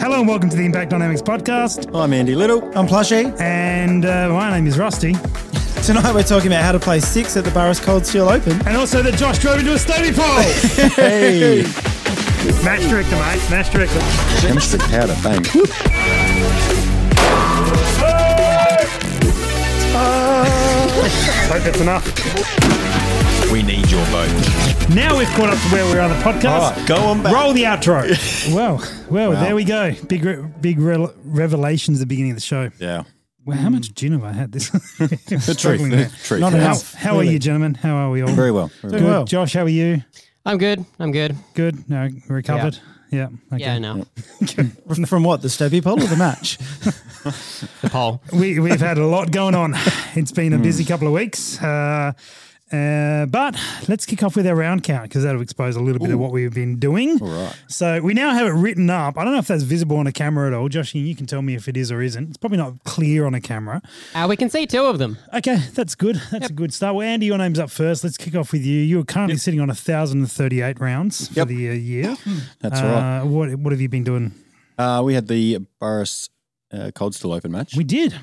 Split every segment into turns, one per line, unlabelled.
Hello and welcome to the Impact Dynamics podcast.
I'm Andy Little.
I'm Plushie.
And uh, my name is Rusty.
Tonight we're talking about how to play six at the Burris Cold Steel Open.
And also that Josh drove into a stony pole.
Hey,
Match director, mate. Match director.
chemistry powder, bang.
Hope that's enough.
We need your vote.
Now we've caught up to where we are on the podcast.
Go on back.
Roll the outro. well, well, there we go. Big, re- big re- revelations at the beginning of the show.
Yeah.
Well, how much gin have I had this? the
Truth, truth.
Not
yeah.
How,
enough.
how are
really.
you, gentlemen? How are we all?
Very well. Very
Good.
well.
well.
Josh, how are you?
I'm good. I'm good.
Good. No, recovered. Yeah. Okay.
Yeah, I know.
From, from what? The Stevie Pole or the match?
The poll.
we, we've had a lot going on. It's been a busy couple of weeks. Uh, uh, but let's kick off with our round count because that'll expose a little bit of what we've been doing. All right. So we now have it written up. I don't know if that's visible on a camera at all. Josh, you can tell me if it is or isn't. It's probably not clear on a camera.
Uh, we can see two of them.
Okay, that's good. That's a good start. Well, Andy, your name's up first. Let's kick off with you. You're currently sitting on 1,038 rounds for
Yep.
the uh, year.
That's
uh,
right.
What, what have you been doing?
Uh, we had the Burris uh, Cold Steel Open match.
We did.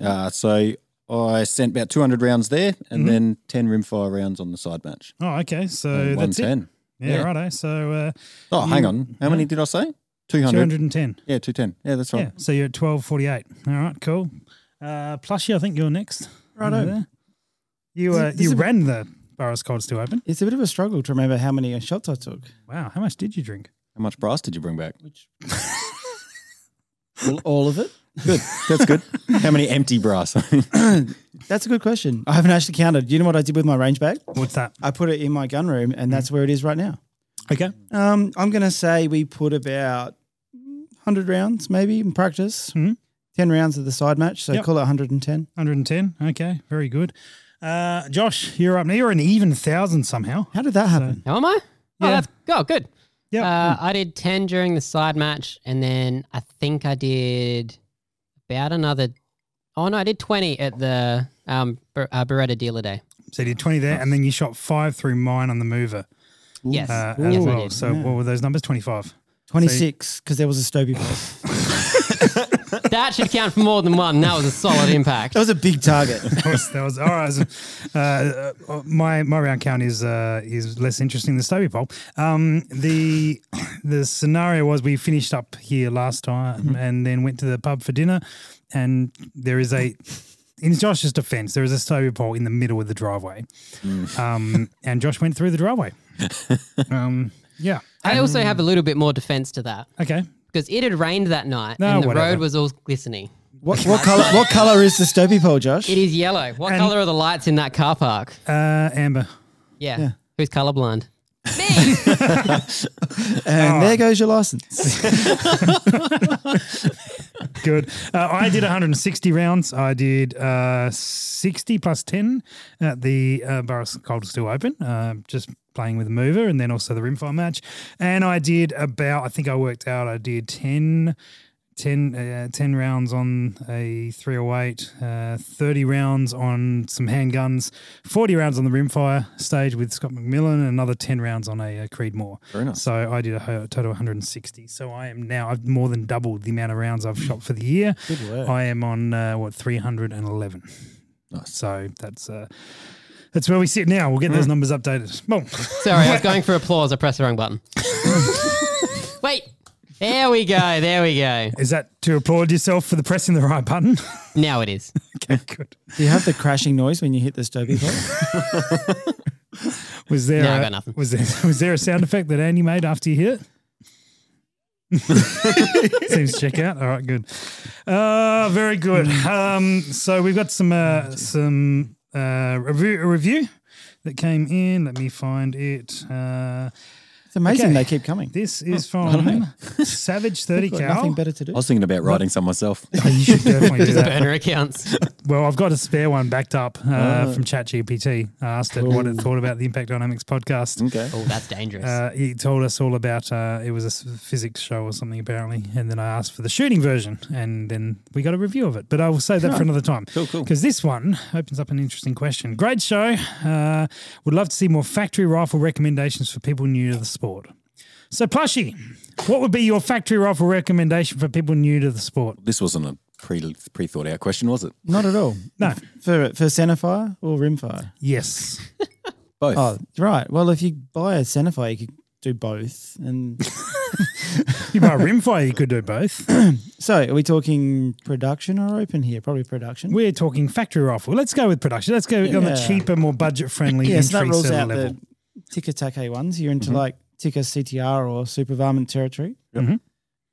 uh, so I sent about 200 rounds there
Mm-hmm.
and then 10 rimfire rounds on the side match.
Oh, okay. So
And
that's it.
110.
Yeah,
Yeah.
righto. So uh,
Oh, hang on. How many did I say? 200.
210.
Yeah, 210. Yeah, that's right.
Yeah, so you're at twelve forty eight. All right, cool. Uh, Plushie, I think you're next. Right over. You uh,
This is
you
a bit-
ran the Burris Cold Steel Open.
It's a bit of a struggle to remember how many shots I took.
Wow, how much did you drink?
How much brass did you bring back?
All, all of it?
Good. That's good. How many empty brass?
That's a good question. I haven't actually counted. You know what I did with my range bag?
What's that?
I put it in my gun room, and that's where it is right now.
Okay,
Um, I'm going to say we put about 100 rounds maybe in practice,
Mhm.
10 rounds of the side match. So
Yep.
call it 110.
hundred and ten. Okay, very good. Uh, Josh, you're up now. You're an even thousand somehow.
How did that happen?
How am I? Oh,
Yeah.
that's oh, good.
Yep.
Uh, I did 10 during the side match, and then I think I did about another. Oh, no, I did 20 at the um, Ber- uh, Beretta dealer day.
So you did twenty there, and then you shot five through mine on the mover
Yes.
uh,
yes,
as
I
well.
did.
So what were those numbers? Twenty five.
26, because there was a Stobie Pole.
That should count for more than one. That was a solid impact.
That was a big target.
That was, that was all right. So, uh, uh, my my round count is uh, is less interesting than Stobie Pole. Um, the the scenario was we finished up here last time and then went to the pub for dinner, and there is a. In Josh's defense, there is a Stobie pole in the middle of the driveway. Um, and Josh went through the driveway. Um, yeah.
I also have a little bit more defense to that
Okay.
because it had rained that night
No,
and the
whatever.
road was all glistening.
What, what color? What color is the Stobie pole, Josh?
It is yellow. What
And-
color are the lights in that car park?
Uh, Amber.
Yeah. Who's colorblind?
and there goes your license.
Good. Uh, I did 160 rounds. I did uh, 60 plus 10 at the uh, Burris Cold Steel Open, uh, just playing with a mover and then also the rimfire match. And I did about, I think I worked out, I did 10. 10, uh, 10 rounds on a 308, uh, 30 rounds on some handguns, 40 rounds on the rimfire stage with Scott McMillan, and another 10 rounds on a, uh Creedmoor.
Very nice.
So I did a ho- total of 160. So I am now, I've more than doubled the amount of rounds I've shot for the year. I am on, uh, what, 311.
Nice.
So that's. Uh, that's where we sit now. We'll get those
Mm.
numbers updated. Well,
Sorry, I was going for applause. I pressed the wrong button. Wait. There we go. There we go.
is that to applaud yourself for the pressing the right button?
Now it is.
okay, good.
Do you have the crashing noise when you hit the Stobie pole?
Was there?
No, I
a,
got nothing.
Was there? Was there a sound effect that Andy made after you hit it? Seems to check out. All right, good. Uh, very good. Um, so we've got some uh, some uh, review, a review that came in. Let me find it. Uh,
It's amazing
Okay.
they keep coming.
this is
Oh,
from Savage Thirty
Got
Cow.
nothing better to do.
I was thinking about writing some myself.
Oh, you should definitely do that.
Burner accounts.
Well, I've got a spare one backed up uh,
Oh.
from ChatGPT. I asked it what it thought about the Impact Dynamics podcast.
Okay.
Oh, that's dangerous.
Uh, he told us all about uh, it was a s- physics show or something apparently, and then I asked for the shooting version, and then we got a review of it. But I will save that for another time.
Cool, cool.
Because this one opens up an interesting question. Great show. Uh, would love to see more factory rifle recommendations for people new to the sport. So, Plushy, what would be your factory rifle recommendation for people new to the sport?
This wasn't a pre pre thought out question, was it?
Not at all.
No.
For for centerfire or rimfire?
Yes.
Both.
Oh, right. Well, if you buy a centerfire, you could do both. And
You buy a rimfire, you could do both.
so, are we talking production or open here? Probably production.
We're talking factory rifle. Let's go with production. Let's go on the
Yeah.
cheaper, more budget friendly
yeah, so that
entry
rules
sort
out
of level. Mm-hmm.
the ticker take ones. You're into like ticker CTR or super varmint territory.
Mhm.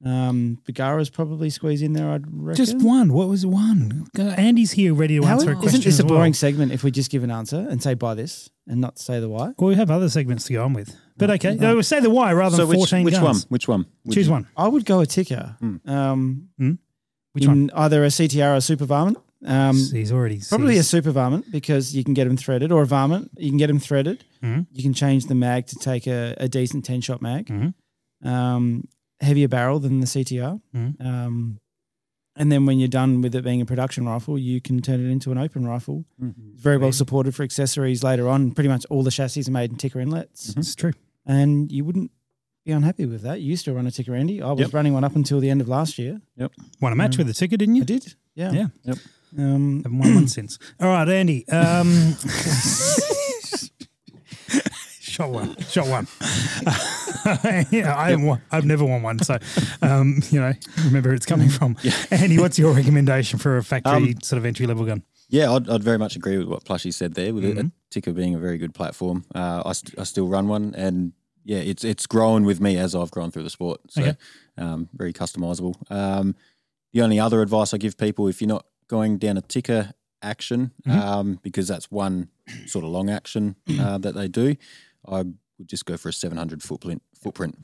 Um, Bagara's probably squeeze in there. I'd reckon.
Just one. What was one? Andy's here ready to
How
answer a
isn't
question.
this
as
a
well.
boring segment if we just give an answer and say buy this and not say the why?
Well, we have other segments to go on with. But okay, no, we'll say the why rather than
so which
14
which
guns.
one? Which one? would
Choose
you-
one.
I would go a ticker.
Hmm.
Um,
Which
in
one?
Either a CTR or a super varmint. Um,
He's already.
Probably a
seized.
super varmint because you can get them threaded, or a varmint. You can get them threaded.
Mhm.
You can change the mag to take a, a decent 10 shot mag. Um, heavier barrel than the CTR.
Mhm.
Um, and then when you're done with it being a production rifle, you can turn it into an open rifle. It's very well supported for accessories later on. Pretty much all the chassis are made in ticker inlets.
It's true.
And you wouldn't be unhappy with that. You used to run a ticker, Andy. I was
Yep.
running one up until the end of last year.
Won a match with a ticket, didn't you?
I did. Yeah.
Yeah.
Yep.
Um,
Haven't won one since. All right, Andy. Um, shot one. Shot one. yeah, I haven't won, I've never won one, so um, you know, remember where it's coming from. Andy, what's your recommendation for a factory sort of entry level gun?
Yeah, I'd, I'd very much agree with what Plushy said there, with
Mm-hmm.
a- a ticker being a very good platform. Uh, I, st- I still run one, and yeah, it's it's grown with me as I've grown through the sport. So
Okay.
um, very customizable. Um, the only other advice I give people if you're not going down a ticker action,
Mm-hmm.
um, because that's one sort of long action uh, that they do, I would just go for a 700 footprint. footprint.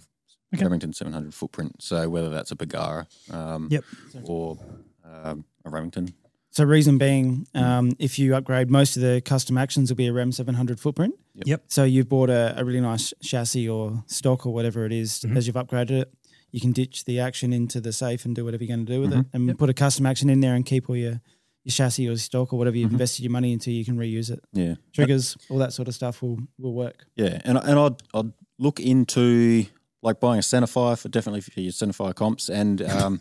Remington 700 footprint. So whether that's a Bagara um,
Yep.
or um, a Remington,
So reason being,
Mm.
um, if you upgrade, most of the custom actions will be a REM 700 footprint.
Yep.
Yep.
So you've bought a, a really nice chassis or stock or whatever it is.
Mm-hmm.
As you've upgraded it, you can ditch the action into the safe and do whatever you're going to do with it,
Mm-hmm.
and put a custom action in there and keep all your your chassis or your stock or whatever you've
Mm-hmm.
invested your money into. You can reuse it.
yeah.
Triggers, all that sort of stuff will will work.
Yeah, and and I'd I'd look into like buying a centerfire for definitely for your centerfire comps, and um,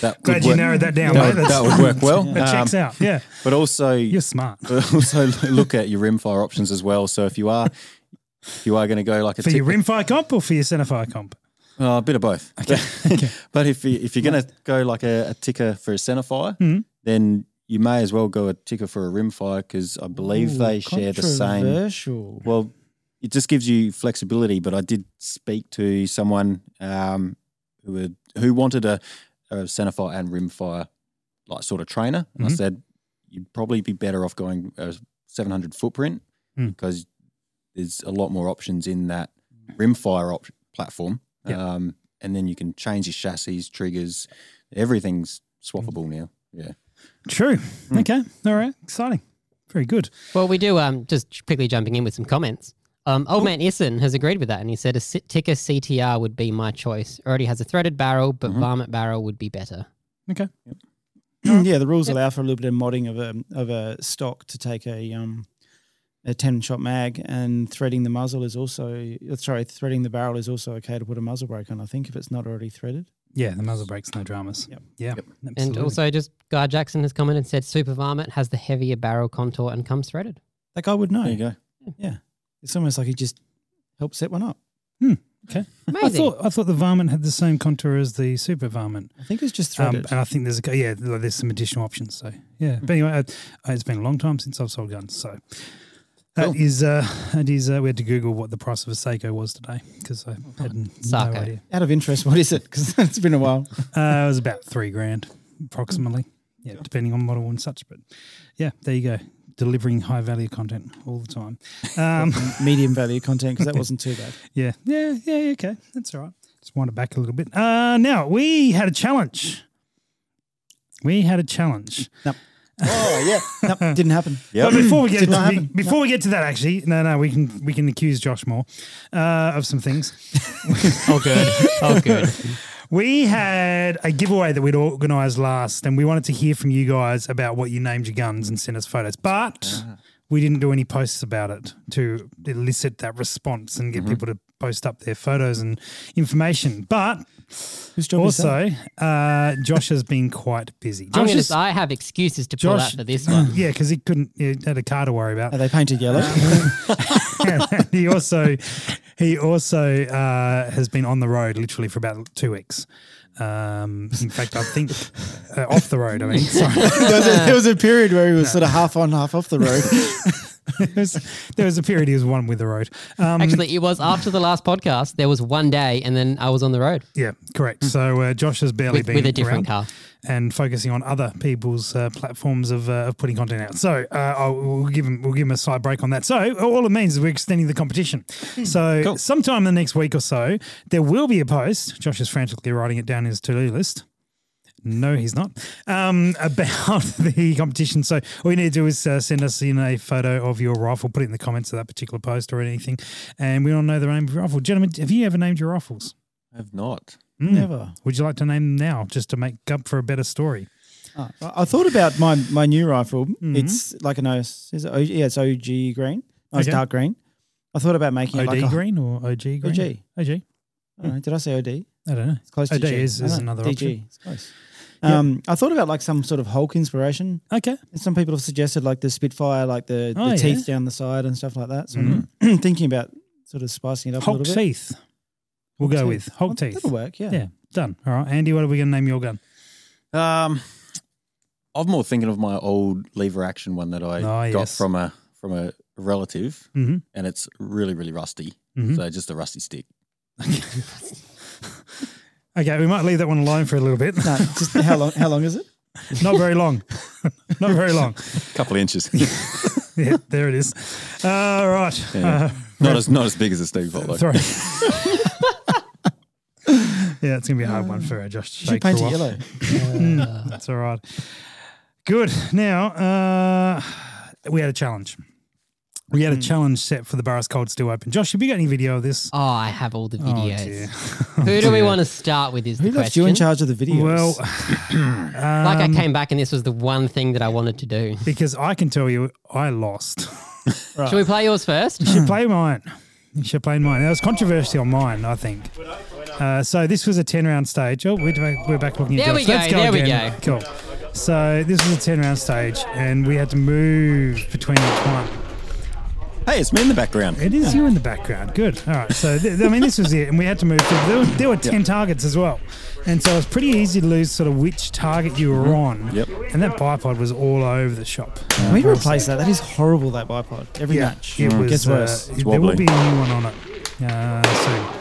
that
Glad
would
you
work-
narrowed that down.
That,
mate.
would-
That's-
that would work well.
that checks
Um,
out. Yeah,
but also,
you're smart.
but also look at your rimfire options as well. So if you are if you are going to go like a
For
tick-
your rimfire comp or for your centerfire comp?
Uh, a bit of both. but if you, if you're going to go like a, a ticker for a centerfire,
Mm-hmm.
then you may as well go a ticker for a rimfire because I believe they share the same
Controversial.
Well, it just gives you flexibility. But I did speak to someone um, who would, who wanted a, a centerfire and rimfire like sort of trainer, and I said you'd probably be better off going a 700 footprint
Mm.
because there's a lot more options in that rimfire op- platform,
Yeah.
um, and then you can change your chassis, triggers, everything's swappable now. Yeah.
True.
Mm.
Okay. All right. Exciting. Very good.
Well, we do. Um, just quickly jumping in with some comments. Um, old man Issen has agreed with that, and he said a si- ticker CTR would be my choice. Already has a threaded barrel, but
Mm-hmm.
varmint barrel would be better.
Okay.
Mm, yeah, the rules allow for a little bit of modding of a of a stock to take a um a ten shot mag, and threading the muzzle is also uh, sorry, threading the barrel is also okay to put a muzzle brake on. I think if it's not already threaded.
Yeah, the muzzle breaks, no dramas.
Yep.
Yeah.
And
absolutely.
also, just Guy Jackson has commented and said super varmint has the heavier barrel contour and comes threaded.
That guy would know.
There you go.
It's almost like he just helped set one up.
I
Amazing.
thought I thought the varmint had the same contour as the super varmint,
I think it's just
um,
threaded.
and I think there's a yeah there's some additional options. So yeah,
Hmm.
but anyway, uh, it's been a long time since I've sold guns, so that is uh, that is uh, we had to Google what the price of a Seiko was today because I
Oh,
had no
Sarko.
idea.
Out of interest, what is it? Because it's been a while.
Uh, it was about three grand, approximately. Yeah, depending on model and such. But yeah, there you go. Delivering high value content all the time. Um,
Medium value content because that wasn't too bad.
yeah, yeah, yeah, yeah, okay. That's all right. Just wind it back a little bit. Uh, now, we had a challenge. We had a challenge.
Oh yeah.
Nope, didn't happen.
But before we get
Did not
to,
happen.
before we get to that, actually, no, no, we can we can accuse Josh more uh, of some things.
oh good. Oh good.
We had a giveaway that we'd organised last, and we wanted to hear from you guys about what you named your guns and sent us photos.
Mm-hmm.
But we didn't do any posts about it to elicit that response and get people to post up their photos and information. But
Whose job is that?
also, uh, Josh has been quite busy.
I'm
Josh
gonna,
is,
I have excuses to pull
Josh-
out for this one.
yeah, because he couldn't he had a car to worry about.
Are they painted yellow?
and he also he also uh, has been on the road literally for about two weeks. Um, in fact, I think uh, off the road. I mean, sorry.
there, was a, there was a period where he was sort of half on, half off the road.
there, was, there was a period he was one with the road. Um,
Actually, it was after the last podcast. There was one day, and then I was on the road
yeah, correct. So uh, Josh has barely
Hmm. with,
been
with a different
around.
car.
and focusing on other people's uh, platforms of, uh, of putting content out. So uh, I'll, we'll give him we'll give him a side break on that. So all it means is we're extending the competition.
Hmm.
So sometime in the next week or so, there will be a post. Josh is frantically writing it down in his to do list. No, he's not. Um, about the competition. So all you need to do is uh, send us in a photo of your rifle, put it in the comments of that particular post or anything, and we all know the name of your rifle. Gentlemen, have you ever named your rifles?
I have not.
Mm.
Never.
Would you like to name them now, just to make up for a better story?
Oh, I I thought about my my new rifle.
Mm-hmm.
It's like an OS. Is it OG? Yeah, it's OG green. No, it's
Okay.
dark green. I thought about making
OD
it like a,
green or OG green?
OG.
OG.
I don't know, did I say OD?
I don't know.
It's close to
OD
G.
is-
I
is
don't know,
another
DG.
option.
It's close. Um, I thought about like some sort of Hulk inspiration.
Okay.
And Some people have suggested like the Spitfire, like the,
Oh,
the
yeah. Mm.
teeth down the side and stuff like that. So I'm thinking about sort of spicing it up a
Hulk
little bit.
teeth. We'll go with Hulk
Well,
teeth.
That'll work. Yeah.
Yeah. Done. All right. Andy, what are we going to name your gun?
Um, I'm more thinking of my old lever action one that I
Ah,
got
yes.
from a from a relative,
Mhm.
and it's really really rusty.
Mhm.
So just a rusty stick.
Okay, we might leave that one alone for a little bit.
No, just how long? How long is it?
Not very long. Not very long.
A couple of inches.
Yeah, there it is. All right.
Yeah. not as not as big as a Steve Bolt.
Uh, throw-
though.
yeah, it's going to be a hard one for uh, Josh. to
You
shake
should
for a
paint it
while.
yellow.
Mm, that's all right. Good. Now, uh, we had a challenge. We
Hmm.
had a challenge set for the Barras Cold Steel Open. Josh, have you got any video of this?
Oh, I have all the videos.
dear.
Who do we want to start with? Is the
Who left
question.
you in charge of the videos?
Well,
like I came back, and this was the one thing that I wanted to do.
because I can tell you, I lost.
Should we play yours first?
You should play mine. You should play mine. That was controversial on mine, I think. Uh, so this was a ten round stage. Oh, we're back, we're back looking at
There
Josh.
we go,
Let's go
there we
again. Cool. So this was a ten round stage, and we had to move between each one.
Hey, it's me in the background.
It is you in the background. Good. All right. So, th- I mean, this was it, and we had to move. To, there were, there were 10 targets as well. And so it was pretty easy to lose sort of which target you were on.
Mm-hmm. Yep.
And that bipod was all over the shop.
Can we replace that? That is horrible. That bipod. Every match
Mm.
It was.
gets
uh,
worse.
there will
wobbly.
be a new one on it uh, soon.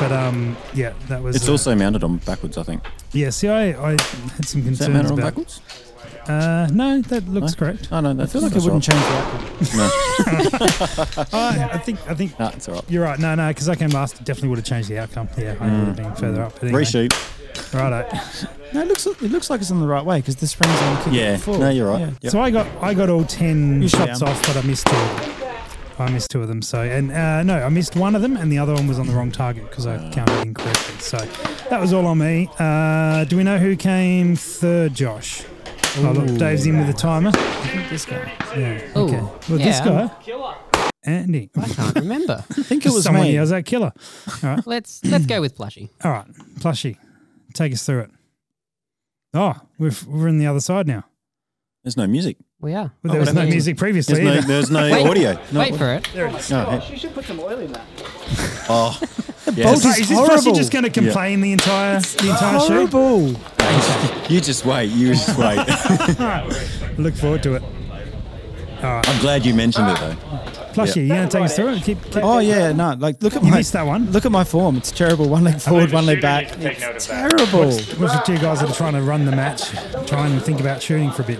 But um, yeah, that was.
It's
uh,
also mounted on backwards, I think.
Yeah, see, I, I had some
Is that
concerns
mounted on
about.
backwards?
Uh, no, that looks correct.
Oh no, that's,
I feel like it wouldn't change the outcome.
I, I think. I think.
No, it's all right.
You're right. No, no, because I came last. it Definitely would have changed the outcome. Yeah, I would have been further up. But anyway,
Mm. Reshoot.
Righto.
No, it looks it looks like it's in the right way because the springs on kick
Yeah.
it forward.
No, you're right.
Yeah.
Yep.
So I got I got all ten
You shot
shots
down.
off, but I missed two. I missed two of them. So and uh, no, I missed one of them, and the other one was on the wrong target because
Ah.
I counted incorrectly. So that was all on me. Uh, do we know who came third, Josh? Oh look, Dave's in with the timer.
This guy.
Yeah.
Ooh,
Okay. Well, this
yeah.
guy, Andy,
I can't remember.
I think it was
someone
me.
yells out killer.
let's let's go with Plushy.
All right, plushie, take us through it. Oh, we're f- we're in the other side now.
There's no music.
We are.
Well,
Oh,
there was no
Wait,
music previously.
There's no,
either.
there's no
Wait.
audio. No,
Wait for it.
no, hey.
Oh, should put some oil in that.
Oh,
Bolt
yes.
Is, this plushie just going to
Yeah.
complain the entire the entire show?
horrible.
you just wait. You just wait.
Look forward to it.
I'm glad you mentioned it though.
Plushie, you going to take us through it? Keep, keep,
Oh yeah, no. Like look at
you
my
missed that one.
look at my form. It's terrible. One leg forward, one leg back. It's terrible.
With the two guys that are trying to run the match, try and think about shooting for a bit.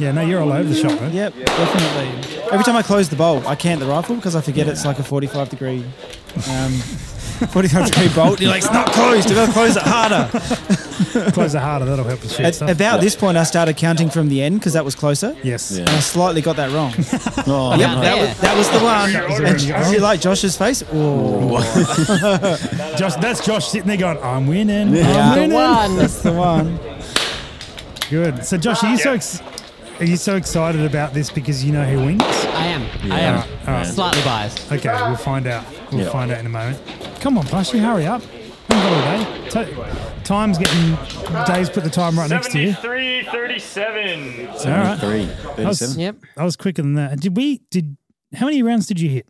Yeah, no, you're all over the shop, man.
Yep, definitely. Every time I close the bolt, I can't the rifle because I forget it's like a 45 degree, um, 45 degree bolt. You're like, it's not closed. You've got to close it harder.
Close the harder, that'll help us shoot
At
stuff.
about this point, I started counting from the end because that was closer.
yes.
Yeah.
And I slightly got that wrong. yep,
Oh,
Yeah,
that,
there.
was, that was the one. And
already-
you like Josh's face? Oh,
Josh, that's Josh sitting there going, I'm winning.
Yeah.
I'm
The
winning.
one.
that's the one.
Oh, Good. So, Josh, are you so ex- Are you so excited about this because you know who wins?
I am. I
Yeah.
am.
All right, all right.
Slightly biased.
Okay, we'll find out. We'll
Yeah.
find out in a moment. Come on, Plushie, hurry up. We've got all day. Ta- time's getting. Dave's put the time right next to you. All
73 37.
right.
Three,
I was,
37.
Yep.
I was quicker than that. Did we? Did how many rounds did you hit?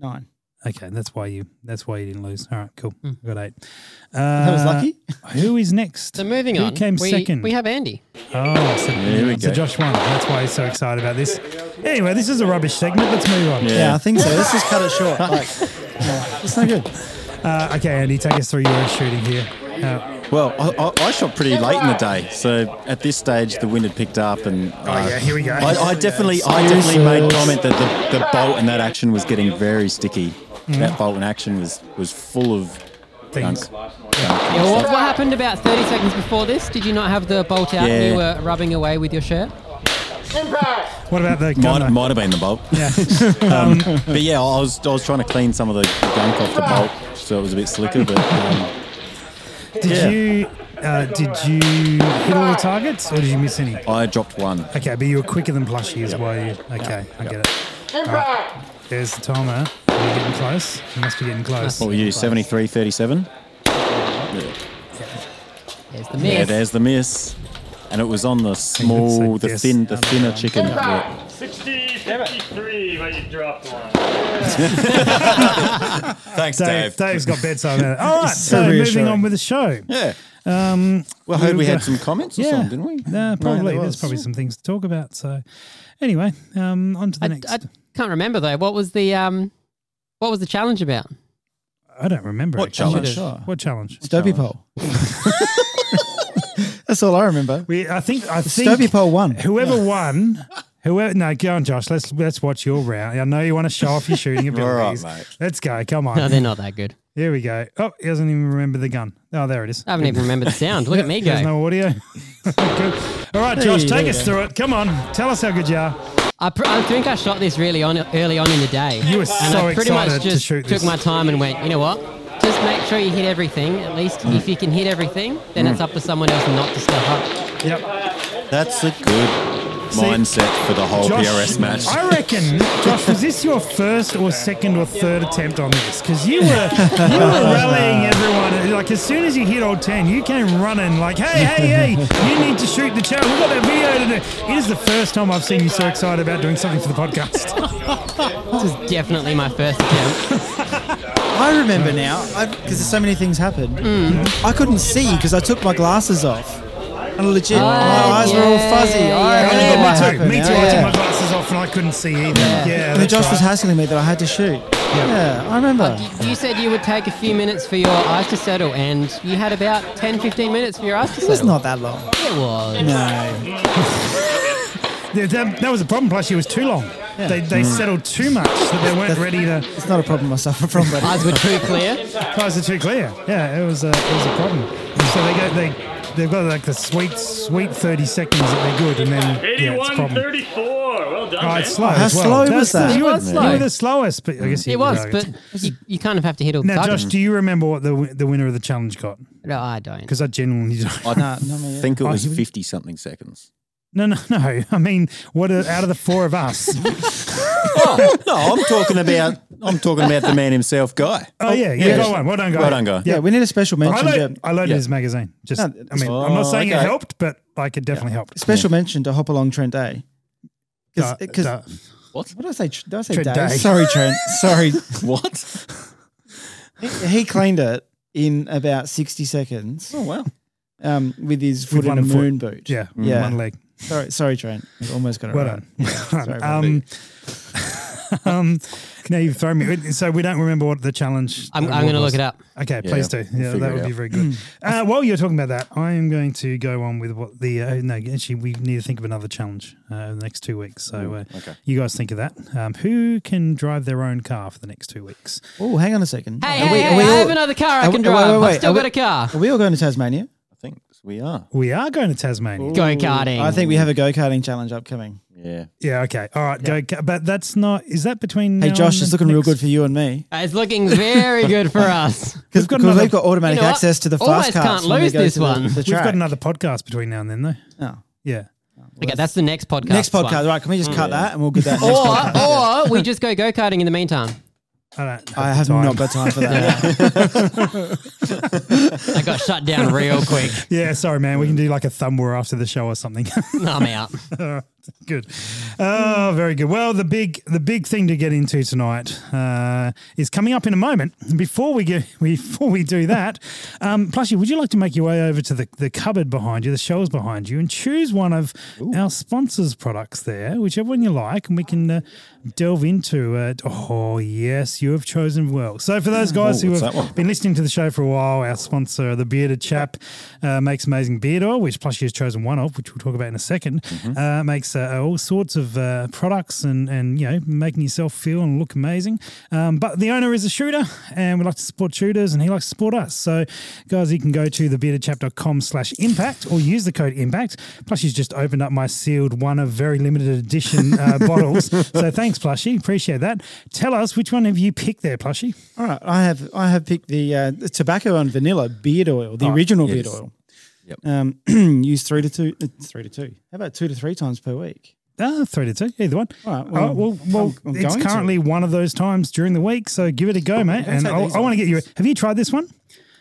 Nine.
Okay, that's why you. That's why you didn't lose. All right, cool.
Hmm.
I got eight. Uh,
That was lucky.
Who is next?
So moving
Who
on.
came
we,
second?
We have Andy.
Oh, so,
There we
so
go.
Josh won. That's why he's so excited about this. Anyway, this is a rubbish segment. Let's move on.
Yeah.
Yeah, I think so. Let's just cut it short. Like, no, it's no good.
Uh, okay, Andy, take us through your shooting here. Uh,
Well, I, I, I shot pretty late in the day, so at this stage the wind had picked up, and uh, oh
yeah, here we go.
I, I definitely, I definitely made comment that the, the bolt and that action was getting very sticky.
Mm.
That bolt and action was was full of
things.
gunk.
Yeah, what, what happened about 30 seconds before this? Did you not have the bolt out and you
Yeah.
were rubbing away with your shirt?
What about the gunner?
Might, might have been the bolt,
yeah.
but yeah, I was I was trying to clean some of the gunk off the bolt, so it was a bit slicker. But um,
Did
Yeah.
you uh, did you hit all the targets or did you miss any?
I dropped one.
Okay, but you were quicker than plushie as well. You okay? I get it. Alright, There's the timer. We're getting close. We must be getting close.
What were you? Seventy three thirty seven.
There's the
Yeah,
miss.
there's the miss, and it was on the small, the
yes.
thin, the thinner chicken. Yeah.
60 53, but you dropped one.
Thanks,
Dave, Dave's got bedside manner. All right, so,
So
moving
reassuring.
on with the show. Uh,
Yeah. Um, well, I heard we
we've
had
got-
some comments or
Yeah,
something, didn't we?
Nah, probably.
there
There's
was.
probably some things to talk about. So, anyway, um, on to the
I,
next.
I can't remember though. What was the um, what was the challenge about?
I don't remember.
What
actually.
challenge?
Sure.
What challenge?
Stubby pole. That's all I remember.
We, I think, I think
Stubby pole won.
whoever won, whoever. No, go on, Josh. Let's let's watch your round. I know you want to show off your shooting abilities.
mate.
Let's go. Come
No, Oh, they're
on.
not that good.
Here we go. Oh, he doesn't even remember the gun. Oh, there it is.
I haven't even remembered the sound. Look at me
There's
go.
no audio. Good. All right, Josh,
Hey,
take
there
us
you
through it. Come on, tell us how good you are.
I, pr- I think I shot this really on early on in the day.
You were
and
so
I pretty
excited
much
to
just
shoot
took
this.
my time and went. You know what? Just make sure you hit everything. At least
Mm.
if you can hit everything, then it's up to someone else not to step up.
Yep.
That's a good mindset for the whole PRS match.
I reckon, Josh, was this your first or second or third attempt on this? Because you were you were rallying everyone. Like as soon as you hit old ten, you came running like, "Hey, hey, hey! You need to shoot the channel. We've got that video to do." It is the first time I've seen you so excited about doing something for the podcast.
This is definitely my first attempt.
I remember now because there's so many things happened. I couldn't see because I took my glasses off. And legit, my eyes were all fuzzy.
yeah,
I
yeah.
remember what
me too.
happened
Me
now,
too. I
yeah.
took my glasses off and I couldn't see either. Yeah,
And then
that's
Josh was
right.
hassling me that I had to shoot. Yeah, I remember.
You, you said you would take a few minutes for your eyes to settle, and you had about 10, 15 minutes for your eyes to settle.
It was not that long.
It was.
No.
Yeah, that, that was a problem. Plus, it was too long. They, they
Mm.
settled too much that they weren't ready to.
It's not a problem I suffer from, but
Eyes were too clear.
Cars are too clear. Yeah, it was a, it was a problem. So they go they they've got like the sweet sweet thirty seconds that they're good, and then yeah, it's a
81
problem.
34. Well done.
Oh,
man.
it's slow.
How
as well.
slow
That's-
was that?
You were,
It was slow. Mm.
you were the slowest, but I guess you
It was,
you know,
but Mm. you, you kind of have to hit all the
now,
targets.
Josh, do you remember what the wi- the winner of the challenge got?
No, I don't.
Because I genuinely don't.
I
Nah, not me.
think it
I
was
haven't-
50 something seconds.
No, no, no. I mean, what are, out of the four of us?
Oh, no, I'm talking about I'm talking about the man himself, Guy.
Oh yeah, you
Yeah.
got one. Well done, guy.
Well done, Guy.
yeah, we need a special
I,
mention.
load,
to,
I loaded
Yeah.
his magazine. Just,
No,
I mean, I'm not
Oh,
saying it
okay.
helped, but like it definitely helped.
special mention to Hop Along Trent Day.
Duh,
Because
duh.
what did I say? Tr- Did I say
Trent
Day?
Day.
Sorry, Trent. Sorry.
What?
he, he claimed it in about sixty seconds
Oh wow.
um, with his foot
one
in a
foot.
moon boot.
yeah,
Yeah.
one leg.
Sorry, sorry, Trent. I almost got it
Well
right.
done. Well done.
sorry,
um, um, now you've thrown me. So we don't remember what the challenge.
I'm,
uh,
I'm going to
was.
look it up.
Okay,
Yeah,
please do.
we'll
Yeah,
figure
that
it
would be
out.
very good. uh, while you're talking about that, I am going to go on with what the. Uh, no, actually, we need to think of another challenge uh, in the next two weeks. So uh,
okay.
you guys think of that. Um, who can drive their own car for the next two weeks?
Oh, hang on a second.
Hey,
Are
hey,
we-
hey,
are we
I
all-
have another car I
are
can
we-
drive.
wait, wait,
I've
wait,
still
are we-
got a car.
Are we all going to Tasmania?
I think we are.
We are going to Tasmania.
Go karting.
I think we have a go karting challenge upcoming.
Yeah.
Yeah. Okay. All right. Go. But that's not. Is that between?
Hey,
now
Josh,
and
it's
the
looking real
next-
good for you and me
Uh, It's looking very good for us.
because
got
we've
another-
got automatic
You know what?
access to the
Almost
fast cars.
can't
when we
lose
go
this
to the-
one.
The
We've
track.
got another podcast between now and then, though.
Oh.
Yeah.
Okay, that's the next podcast.
Next
one.
podcast, right? Can we just
Oh,
cut that and we'll get that? next podcast?
Or, or we just go go karting in the meantime.
I don't. Have
I have
time.
not got time for that.
I got shut down real quick.
Yeah, sorry, man. We can do like a thumb war after the show or something.
I'm out.
good. Oh, very good. Well, the big the big thing to get into tonight uh, is coming up in a moment. Before we get before we do that, um, Plushy, would you like to make your way over to the, the cupboard behind you, the shelves behind you, and choose one of our sponsors' products there, whichever one you like, and we can uh, delve into it. Oh yes, you have chosen well. So for those guys
Oh,
who
what's
have
that one?
been listening to the show for a while, our sponsor, the Bearded Chap, uh, makes amazing beard oil, which Plushy has chosen one of, which we'll talk about in a 2nd Uh, makes uh, all sorts of uh, products and, and, you know, making yourself feel and look amazing. Um, but the owner is a shooter, and we like to support shooters, and he likes to support us. So, guys, you can go to thebeardedchap.com slash impact or use the code impact. Plushy's just opened up my sealed one of very limited edition uh, bottles. So thanks, Plushy. Appreciate that. Tell us which one have you picked there, Plushy?
All right, I have I have picked the, uh, the tobacco and vanilla beard oil, the original beard oil.
Ah, Yep.
Um, used three to two, uh, three to two. How about two to three times per week?
Uh, three to two, either one.
All right,
well,
well,
uh, well, well
I'm- I'm
it's
going to.
currently one of those times during the week, so give it a go, mate. And
take
I'll-
these
I want to get you. Have you tried this one?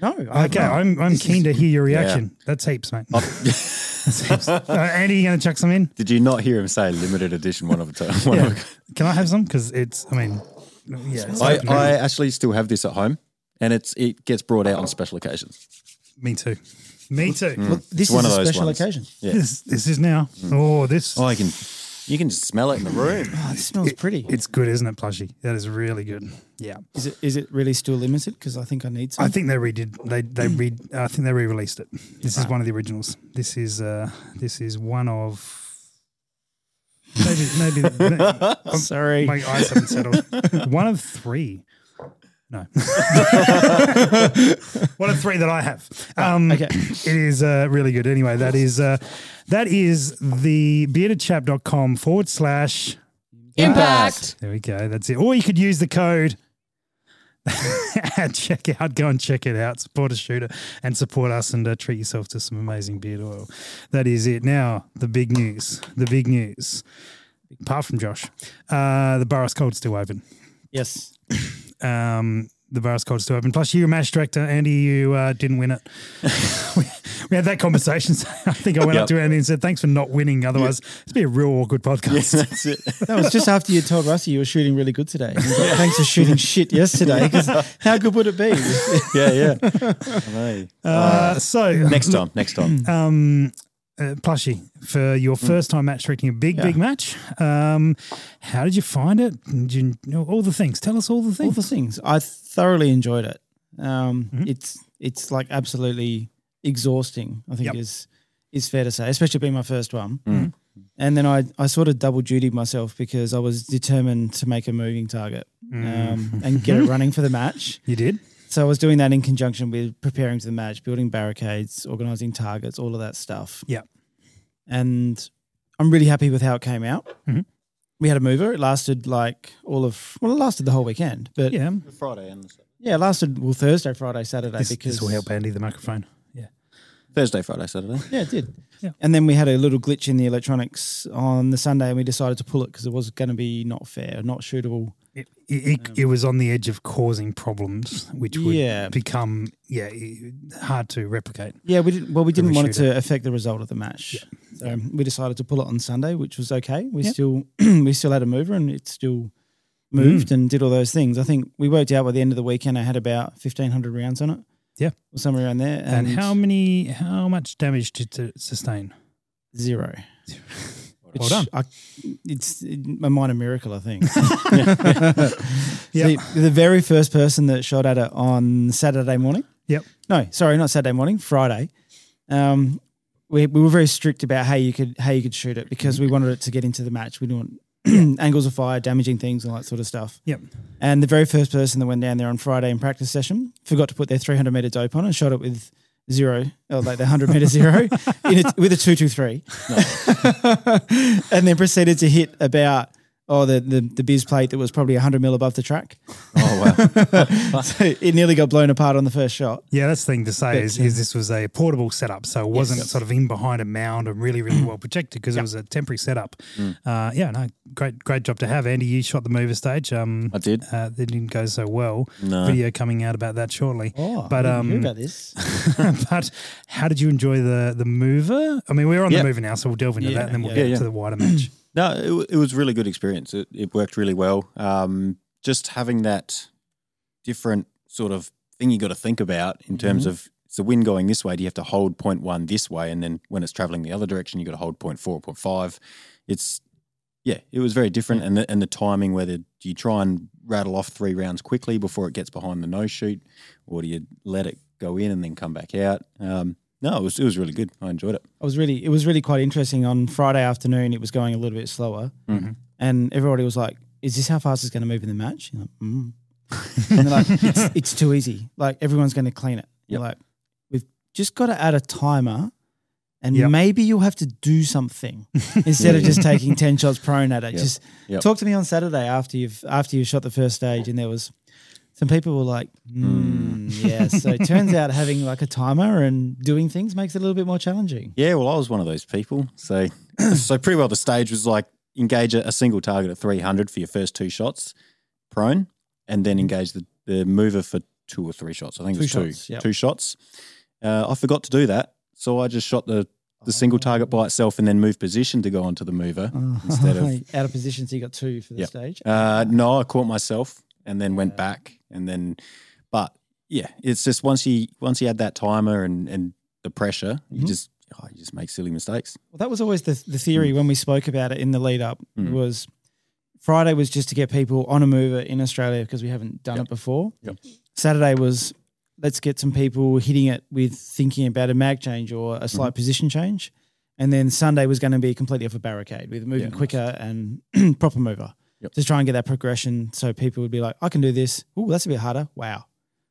No.
Okay, I'm, I'm keen to hear your reaction. That's heaps, mate.
Oh.
That's heaps. Uh, Andy, you going to chuck some in?
Did you not hear him say limited edition one of a time? One
Yeah.
of
Can I have some? Because it's, I mean, yeah, it's
a, I,
open.
I actually still have this at home, and it's it gets brought out on special occasions.
me too. Me too.
this
one
is
of
a
those
special
ones.
occasion.
Mm, Yeah.
This, this is now. Oh, this.
Oh, I can. You can just smell it in the room.
Oh, this smells pretty.
It's good, isn't it, Plushy? That is really good. Yeah.
Is it is it really still limited? Because I think I need some.
I think they redid. They they re. I think they re-released it. This is one of the originals. This is uh. This is one of. Maybe maybe the-
Oh, Sorry.
my eyes haven't settled. One of three. No. one of three that I have. Um,
okay.
it is uh, really good. Anyway, that is uh, that is the beardedchap.com forward slash.
Impact.
There we go. That's it. Or you could use the code at checkout. Go and check it out. Support a shooter and support us and uh, treat yourself to some amazing beard oil. That is it. Now, the big news. The big news. Apart from Josh, uh, the Barras Cold's still open.
Yes.
Um, the Barras Cold's still open. Plus, you're a match director. Andy, you uh, didn't win it. we, we had that conversation. So I think I went up
Yep.
to Andy and said, thanks for not winning. Otherwise, it'd be a real awkward podcast.
That's it.
That was just after you told Rusty you were shooting really good today. He's like, Thanks for shooting shit yesterday. 'cause how good would it be?
Yeah, yeah. I know.
Uh, so
next time, next time.
um, uh, Plushy, for your
Mm.
first time match directing a big, big match, um, how did you find it? Did you you know, all the things? Tell us all the
all
things.
the things. I thoroughly enjoyed it. Um,
Mm-hmm.
It's it's like absolutely exhausting. I think
Yep.
is is fair to say, especially being my first one. Mm-hmm. And then I I sort of double duty myself because I was determined to make a moving target
Mm.
um, and get it running for the match.
you did.
So I was doing that in conjunction with preparing for the match, building barricades, organizing targets, all of that stuff.
Yeah.
And I'm really happy with how it came out.
Mhm.
We had a mover. It lasted like all of well, it lasted the whole weekend, but
Yeah.
Friday and
yeah, it lasted well Thursday, Friday, Saturday
This,
because
this will help Andy the microphone. Yeah.
Thursday, Friday, Saturday.
Yeah, it did.
Yeah.
And then we had a little glitch in the electronics on the Sunday, and we decided to pull it because it was going to be not fair, not shootable.
It, it, it, it was on the edge of causing problems, which would
Yeah.
become yeah i- hard to replicate.
Yeah, we didn't. Well, we didn't want it
shooter.
to affect the result of the match, so we decided to pull it on Sunday, which was okay. We
Yeah.
still we still had a mover, and it still moved
Mm.
and did all those things. I think we worked out by the end of the weekend. I had about fifteen hundred rounds on it.
Yeah.
or somewhere around there.
And,
And,
how many? How much damage did it sustain?
zero?
Well done.
I, it's a minor miracle, I think.
Yep.
The, the very first person that shot at it on Saturday morning.
Yep.
No, sorry, not Saturday morning, Friday. Um, we, we were very strict about how you could how you could shoot it because we wanted it to get into the match. We didn't want angles of fire, damaging things, all that sort of stuff.
Yep.
And the very first person that went down there on Friday in practice session forgot to put their 300 meter dope on and shot it with zero, or like the 100 meter zero, in a, with a 223. and then proceeded to hit about Oh, the, the, the biz plate that was probably 100 mil above the track.
Oh wow.
so it nearly got blown apart on the first shot.
Yeah, that's the thing to say is, is this was a portable setup, so it wasn't sort of in behind a mound and really,
Mm.
really well protected because it was a temporary setup. Uh, yeah, no, great, great job to have, Andy. You shot the mover stage. Um,
I did.
Uh, it didn't go so well.
No.
Video coming out about that shortly.
Oh,
but um,
about this.
but how did you enjoy the the mover? I mean, we're on
Yeah.
the mover now, so we'll delve into that, and then we'll
yeah,
get
yeah.
to the wider match.
No, it, w- it was really good experience. It, it worked really well. Um, just having that different sort of thing you got to think about in terms of it's the wind going this way. Do you have to hold point one this way, and then when it's traveling the other direction, you got to hold point four, point five. It's yeah, it was very different, and the, and the timing whether do you try and rattle off three rounds quickly before it gets behind the nose shoot, or do you let it go in and then come back out? Um, no, it was it was really good. I enjoyed it.
I was really, it was really quite interesting. On Friday afternoon, it was going a little bit slower,
Mm-hmm.
and everybody was like, "Is this how fast it's going to move in the match?" You're like, mm. and they're like, it's, "It's too easy. Like everyone's going to clean it." You're Like we've just got to add a timer, and
Yep.
maybe you'll have to do something instead of just taking ten shots prone at it. Just
Yep.
talk to me on Saturday after you've after you shot the first stage, and there was. Some people were like,
Hmm.
mm, yeah. So it turns out having like a timer and doing things makes it a little bit more challenging.
Yeah, well, I was one of those people. So, so pretty well the stage was like engage a, a single target at 300 for your first two shots prone, and then engage the, the mover for two or three shots. I think it was
Mm-hmm. Two
two.
shots, yep.
Two shots. Uh, I forgot to do that. So I just shot the, the
Oh.
single target by itself and then moved position to go onto the mover
Mm.
instead of.
out of position, so you got two for the
Yep.
stage.
Uh, no, I caught myself and then went back and then, but yeah, it's just once you once you add that timer and and the pressure,
Mm-hmm.
you just oh, you just make silly mistakes.
Well, that was always the, the theory when we spoke about it in the lead up
Mm.
was Friday was just to get people on a mover in Australia because we haven't done it before.
Yep.
Saturday was let's get some people hitting it with thinking about a mag change or a
Mm-hmm.
slight position change. And then Sunday was going to be completely off a barricade with moving quicker and proper mover
Yep.
to try and get that progression so people would be like, I can do this. Oh, that's a bit harder. Wow.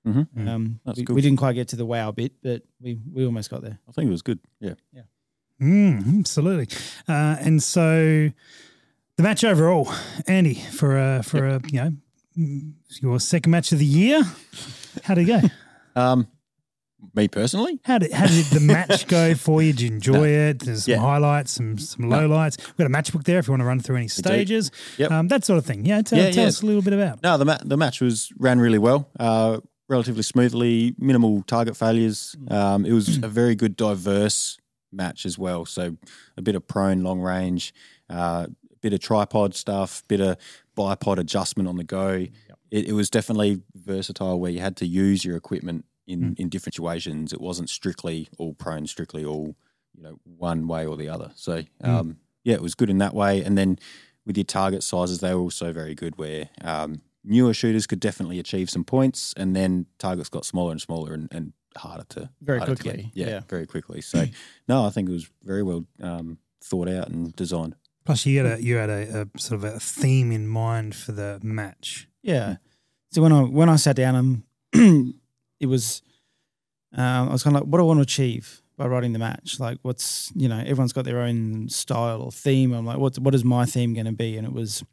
Mhm.
Um,
That's
we,
cool.
we didn't quite get to the wow bit, but we, we almost got there.
I think it was good. Yeah.
Mm, absolutely. Uh, and so the match overall, Andy, for a, for a you know mm, your second match of the year, how did it go?
Um, me personally,
How did, how did the match go for you? Did you enjoy it? There's some
Yeah.
highlights, some some lowlights. We've got a matchbook there if you want to run through any stages,
Yep.
um, that sort of thing. Yeah, tell,
Yeah,
tell
yeah.
us a little bit about. it.
no, the ma- the match was ran really well, uh, relatively smoothly, minimal target failures. Um, it was a very good, diverse match as well. So a bit of prone, long range, uh, bit of tripod stuff, bit of bipod adjustment on the go. It, it was definitely versatile where you had to use your equipment in in different situations. It wasn't strictly all prone, strictly all you know one way or the other. So um, yeah, it was good in that way. And then with your target sizes, they were also very good. Where um, newer shooters could definitely achieve some points, and then targets got smaller and smaller and, and harder to
Very
harder to get.
quickly,
yeah,
yeah.
very quickly. So no, I think it was very well um, thought out and designed.
Plus, you had a you had a, a sort of a theme in mind for the match.
Yeah. So when I when I sat down, um, it was um, I was kind of like, what do I want to achieve by writing the match? Like, what's you know, everyone's got their own style or theme. I'm like, what what is my theme going to be? And it was,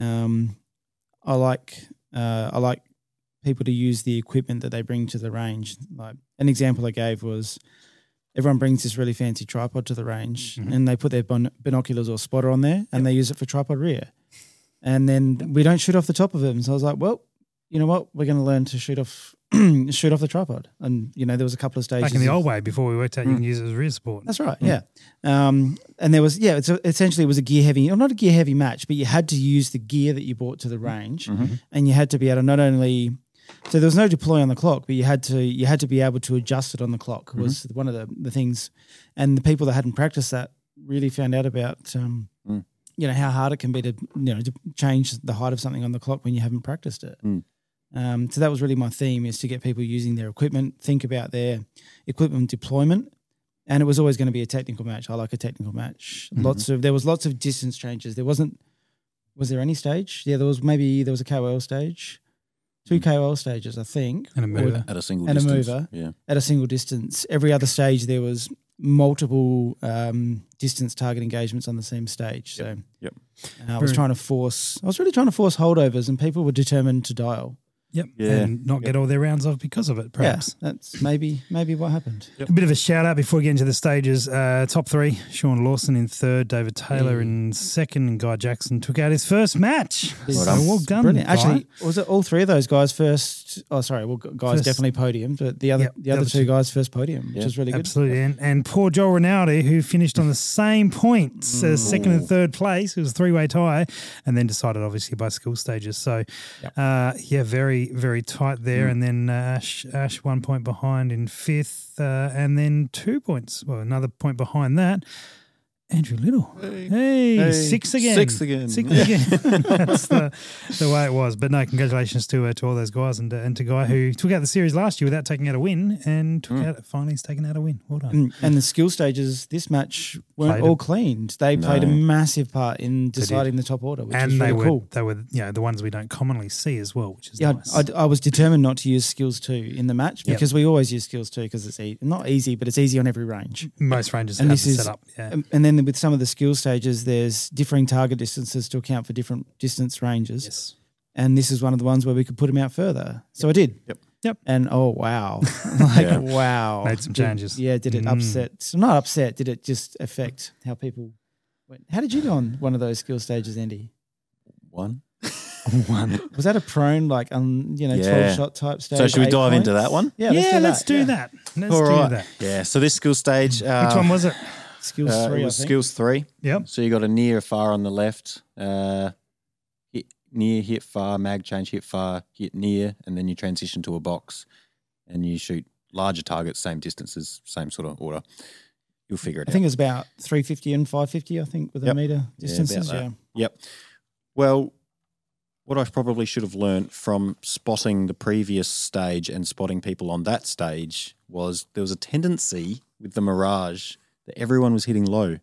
um, I like uh, I like people to use the equipment that they bring to the range. Like an example I gave was. Everyone brings this really fancy tripod to the range,
Mm-hmm.
and they put their bin- binoculars or spotter on there, and they use it for tripod rear and then we don't shoot off the top of them. So I was like, well, you know what? We're going to learn to shoot off, shoot off the tripod. And you know, there was a couple of stages.
Back in the
of-
old way, before we worked out,
Hmm.
you can use it as rear support.
That's right. Yeah. Um, and there was yeah. It's a, essentially it was a gear heavy, or not a gear heavy match, but you had to use the gear that you brought to the range, and you had to be able to not only. So there was no deploy on the clock, but you had to you had to be able to adjust it on the clock was one of the, the things, and the people that hadn't practiced that really found out about um, you know how hard it can be to you know to change the height of something on the clock when you haven't practiced it. Um, so that was really my theme is to get people using their equipment, think about their equipment deployment, and it was always going to be a technical match. I like a technical match.
Mm-hmm.
Lots of there was lots of distance changes. There wasn't was there any stage? Yeah, there was maybe there was a KOL stage, two KOL stages I think,
Mm-hmm. And a mover.
At a single
And a
distance.
mover.
Yeah.
at a single distance. Every other stage there was multiple um, distance target engagements on the same stage. So
Yep.
uh, I was
Very-
trying to force. I was really trying to force holdovers, and people were determined to dial.
Yep.
Yeah.
And not get all their rounds off because of it, perhaps.
Yeah, that's maybe maybe what happened.
A bit of a shout out before we get into the stages. Uh, top three Sean Lawson in third, David
Mm.
Taylor in second, and Guy Jackson took out his first match. so
done.
well done.
Brilliant.
Guy.
Actually, was it all three of those guys first? Oh, sorry. Well, guys
First-
definitely podium, but the other
Yep,
the other two guys first podium, which is really good.
Absolutely. And, and poor Joel Rinaldi, who finished on the same points as
Mm.
second and third place. It was a three way tie and then decided, obviously, by skill stages. So, uh, yeah, very, very tight
Mm.
there. And then uh, Ash, Ash, one point behind in fifth, uh, and then two points. Well, another point behind that. Andrew Little. Hey, six again.
Six again.
Six
Yeah.
again. That's the, the way it was. But no, congratulations to uh, to all those guys and, uh, and to Guy who took out the series last year without taking out a win and took
Hmm.
out finally has taken out a win. Well done.
And, Mm, and the skill stages this match weren't
Played
all
it.
cleaned. They played a massive part in deciding the top order, which
and
is
they
really
were
cool.
they were you know the ones we don't commonly see as well, which is
Yeah,
nice.
I, I- I was determined not to use skills two in the match because we always use skills two because it's e- not easy, but it's easy on every range.
Most rangers
And
have
this
the
is- um,
setup. Yeah.
And, and then with some of the skill stages, there's differing target distances to account for different distance ranges.
yes.
And this is one of the ones where we could put them out further. So I did.
Yep.
Yep.
And oh wow, like
Yeah.
wow,
Made some
Did-
changes.
yeah, did it
Mm.
upset? So not upset. Did it just affect how people? Went? How did you go on one of those skill stages, Andy?
One.
One.
Was that a prone like um you know
Yeah.
twelve shot type stage?
So should we
eight
dive into
points?
that one?
Yeah,
Yeah, let's do
let's do
that. yeah.
that. Let's
All
do
right.
that.
Yeah. So this skill stage. Uh,
Which one was it?
Skills
uh,
three,
it
I
was
think.
skills three.
Yep.
So you got a near, far on the left, uh, hit near, hit far, mag change, hit far, hit near, and then you transition to a box, and you shoot larger targets, same distances, same sort of order. You'll figure it
I
out.
think it was about 350 and 550, I think, with a
Yep.
meter distances.
that.
Yeah.
Yep. Well, what I probably should have learnt from spotting the previous stage and spotting people on that stage was there was a tendency with the Mirage that everyone was hitting low,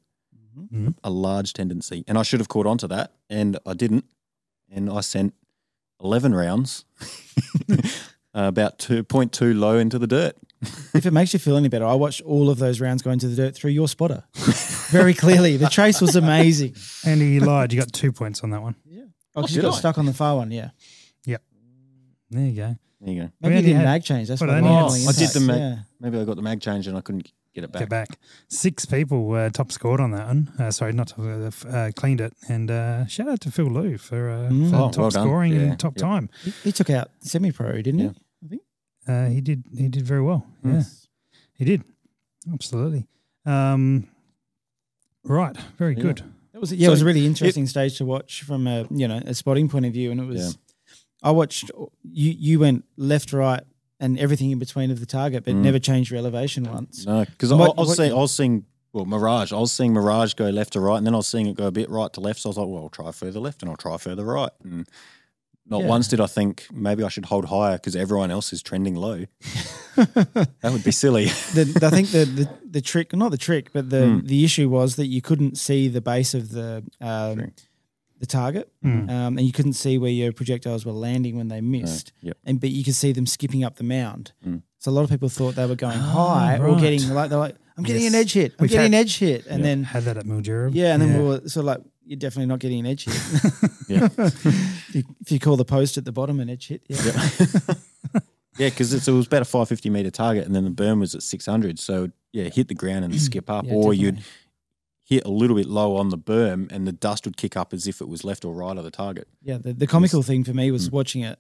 Mhm.
a large tendency. And I should have caught on to that, and I didn't. And I sent 11 rounds, uh, about 2.2 low into the dirt.
if it makes you feel any better, I watched all of those rounds going to the dirt through your spotter very clearly. The trace was amazing.
Andy, you lied. You got two points on that one.
Oh, 'cause you
did
got
I?
stuck on the far one, yeah.
There you go.
There you go.
Maybe you
only
did
had-
mag change. That's
but
what I'm
only had
handling
I did the
impacts,
mag-
Oh, yeah.
Maybe I got the mag change and I couldn't get it back.
Get back. Six people were top scored on that one. Uh, sorry, not top, uh, f- uh, cleaned it. And uh, shout out to Phil Lou for, uh,
Mm.
for
Oh,
top
well done.
scoring
Yeah.
and top
Yep.
time.
He, he took out semi pro, didn't
Yeah.
he? I think.
Uh, he did. He did very well. Yeah, he did. Absolutely. Um, right. Very
Yeah.
good.
That was yeah, it
So
was a really interesting stage to watch from a you know a spotting point of view, and it was. I watched you. You went left, right, and everything in between of the target,
Mm.
but never changed your elevation once.
No, because I,
What-
I was
what-
seeing, I was seeing, well, Mirage. I was seeing Mirage go left to right, and then I was seeing it go a bit right to left. So I was like, well, I'll try further left, and I'll try further right. And not
Yeah.
once did I think maybe I should hold higher because everyone else is trending low. that would be silly.
the, the- I think the, the the trick, not the trick, but the
Hmm.
the issue was that you couldn't see the base of the um, the target,
Hmm.
um, and you couldn't see where your projectiles were landing when they missed.
yep. Hmm.
And but you could see them skipping up the mound. So a lot of people thought they were going high or
Ah, right.
getting like they're like, I'm getting an edge hit, I'm
We've
getting
had-
an edge hit, and then
Had that at Mildura.
yeah, and then we were sort of like, you're definitely not getting an edge hit.
Yeah.
if you call the post at the bottom an edge hit, yeah.
yeah, because it was about a five fifty meter target, and then the berm was at six hundred. So yeah, hit the ground and skip up,
Yeah,
or
definitely.
you'd hit a little bit low on the berm, and the dust would kick up as if it was left or right of the target.
Yeah, the, the comical thing for me was
Mm.
watching it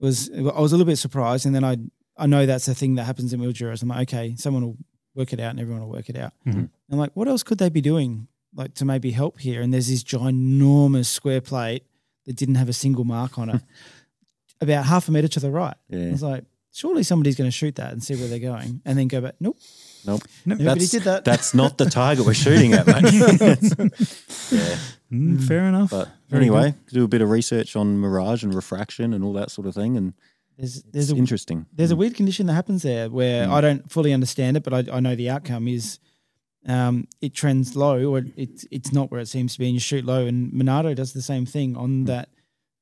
was I was a little bit surprised, and then I I know that's a thing that happens in Mildura. So I'm like, okay, someone will work it out, and everyone will work it out.
Mm-hmm.
Mhm.
I'm like, what else could they be doing like to maybe help here? And there's this ginormous square plate that didn't have a single mark on it, about half a meter to the right. I
Yeah,
was like, surely somebody's going to shoot that and see where they're going, and then go back. Nope,
nope.
nobody
That's-
did that.
That's not the target we're shooting at, mate. yeah.
Mm, fair enough.
But
Very good.
anyway, do a bit of research on mirage and refraction and all that sort of thing, and
there's
it's
there's a
interesting.
there's a weird condition that happens there
Mm.
where I don't fully understand it, but I, I know the outcome is um, it trends low or it's it's not where it seems to be, and you shoot low. And Monado does the same thing on
Mm.
that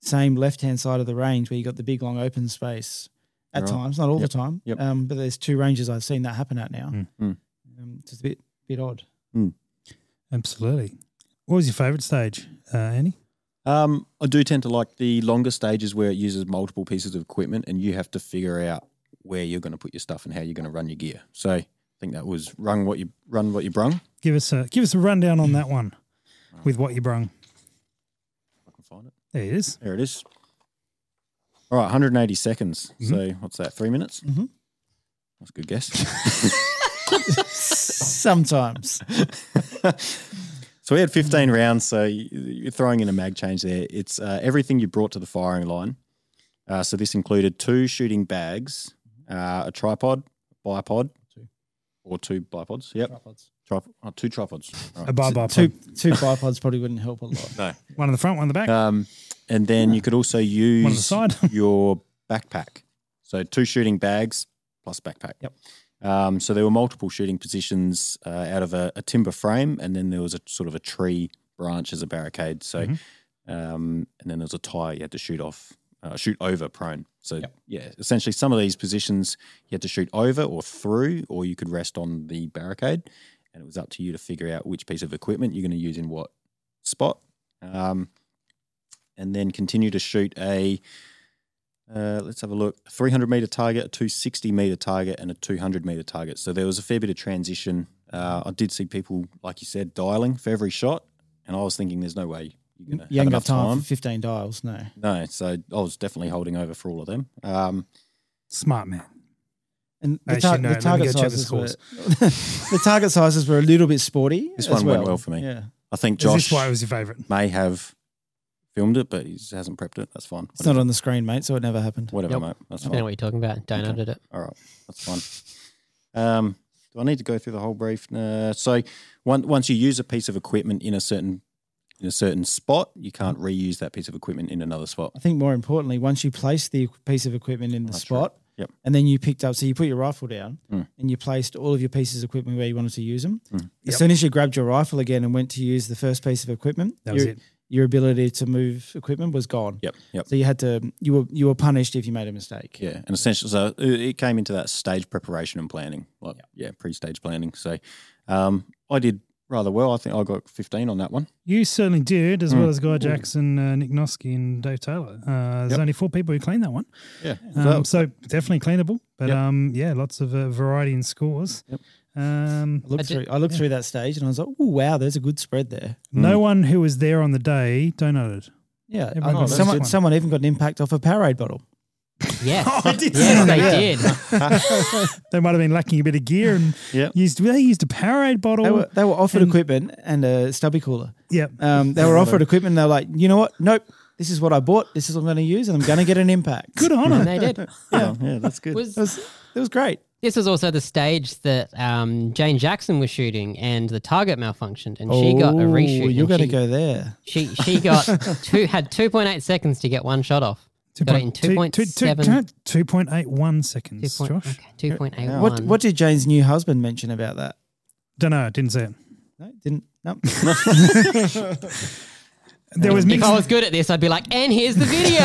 same left hand side of the range where you got the big long open space. At
Right.
times, not all the time,
Yep.
um, but there's two ranges I've seen that happen at now.
Mm.
Mm.
Um, It's just a bit bit odd.
Absolutely. What was your favorite stage, uh, Annie?
Um, I do tend to like the longer stages where it uses multiple pieces of equipment and you have to figure out where you're going to put your stuff and how you're going to run your gear. So I think that was run what you run what you brung.
Give us a give us a rundown on that one, with what you brung.
If I can find it.
There it is.
There it is. All right, 180 seconds.
Mm-hmm.
So what's that? Three minutes. Mm-hmm. That's a good guess.
Sometimes.
so we had 15 rounds. So you- you're throwing in a mag change there. It's uh, everything you brought to the firing line. Uh, so this included two shooting bags, uh, a tripod, bipod, or two bipods. Yep. Tripods. Trip- oh, two tripods. All
A
right.
bar bar
two
two.
two bipods probably wouldn't help a lot.
One in the front, one in the back.
Um, and then you could also use
side.
your backpack. So two shooting bags plus backpack.
Yep.
Um, so there were multiple shooting positions uh, out of a, a timber frame, and then there was a sort of a tree branch as a barricade. So, um, and then there was a tire you had to shoot off, uh, shoot over prone. So yeah, essentially some of these positions you had to shoot over or through, or you could rest on the barricade, and it was up to you to figure out which piece of equipment you're going to use in what spot. Um, and then continue to shoot a uh, let's have a look 300 meter target a 260 meter target and a 200 meter target so there was a fair bit of transition uh, i did see people like you said dialing for every shot and i was thinking there's no way you're going to
You
have
ain't
enough
got time,
time,
for fifteen dials, no.
no so i was definitely holding over for all of them um,
Smart man.
And the,
Actually,
tar-
no,
the
let me
target
go check the
sizes were
scores.
the target sizes were a little bit sporty.
This
as
one went well for me.
Yeah,
i think
Is
josh
this why it was your favorite?
may have filmed it but he just hasn't prepped it that's fine
it's not on the screen, mate, so it never happened.
whatever
Yep.
mate that's
I don't know
fine
what you're talking about. Don't edit it.
All right, that's fine. Um, do I need to go through the whole brief? Uh, so, once once you use a piece of equipment in a certain in a certain spot, you can't reuse that piece of equipment in another spot.
I think more importantly, once you placed the piece of equipment in the
That's right.
spot,
Yep.
and then you picked up, so you put your rifle down
Mm.
and you placed all of your pieces of equipment where you wanted to use them. As soon as you grabbed your rifle again and went to use the first piece of equipment,
That was
your,
it.
your ability to move equipment was gone.
Yep, yep,
So you had to, you were you were punished if you made a mistake.
yeah. And essentially, so it it came into that stage preparation and planning, like yeah, pre-stage planning. So, um, I did rather well. I think I got fifteen on that one.
You certainly did, as well as Guy Jackson, uh, Nick Noski, and Dave Taylor. Uh, there's
Yep.
only four people who cleaned that one.
Yeah,
Um, so definitely cleanable, but
Yep.
um, yeah, lots of uh, variety in scores.
Yep.
Um,
I looked
I did-
through. I looked through that stage and I was like, "Oh wow, there's a good spread there."
Hmm.
No one who was there on the day donated.
Yeah,
Everyone
I-
got this
someone
one.
someone even got an impact off a Powerade bottle.
Yes.
Oh,
did
yes,
see
they
that.
did.
They might have been lacking a bit of gear and
Yep.
used. They used a Powerade bottle.
They were they were offered
Oh, And-
equipment and a stubby cooler.
yep.
Uh,
Um, they were offered equipment. and They're like, you know what? Nope. This is what I bought. This is what I'm going to use, and I'm going to get an impact.
Good on them.
And they did.
yeah, yeah. That's good.
Was
It was, it was great.
This was also the stage that um, Jane Jackson was shooting, and the target malfunctioned, and she got a reshoot.
Oh, You're
and
going to
she-
go there.
She she got two had two point eight seconds to get one shot off. got it in two point seven.
Two point eight one seconds. Josh,
Okay, two point eight
What
one.
What did Jane's new husband mention about that?
don't know. Didn't see it.
No, didn't. No.
There was
If
mixed.
I was good at this, I'd be like, and here's the video.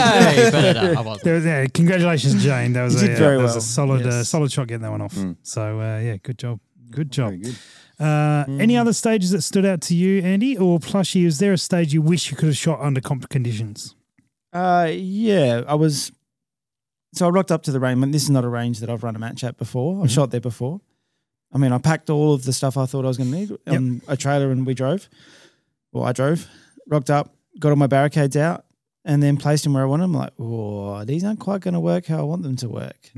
but uh, I wasn't.
There was, yeah, congratulations, Jane. That was,
You
a,
did
uh,
very
that was a
well.
solid,
Mm.
uh,
Yes.
solid shot getting that one off. So uh, yeah, good job, good job. Uh, Any
Mm.
other stages that stood out to you, Andy or Plushy? Is there a stage you wish you could have shot under comp conditions?
Uh, yeah, I was. So I rocked up to the range. and This is not a range that I've run a match at before. I've shot there before. I mean, I packed all of the stuff I thought I was going to need on a trailer, and we drove. Well, I drove, rocked up, got all my barricades out, and then placed them where I wanted them. Like, oh, these aren't quite going to work how I want them to work.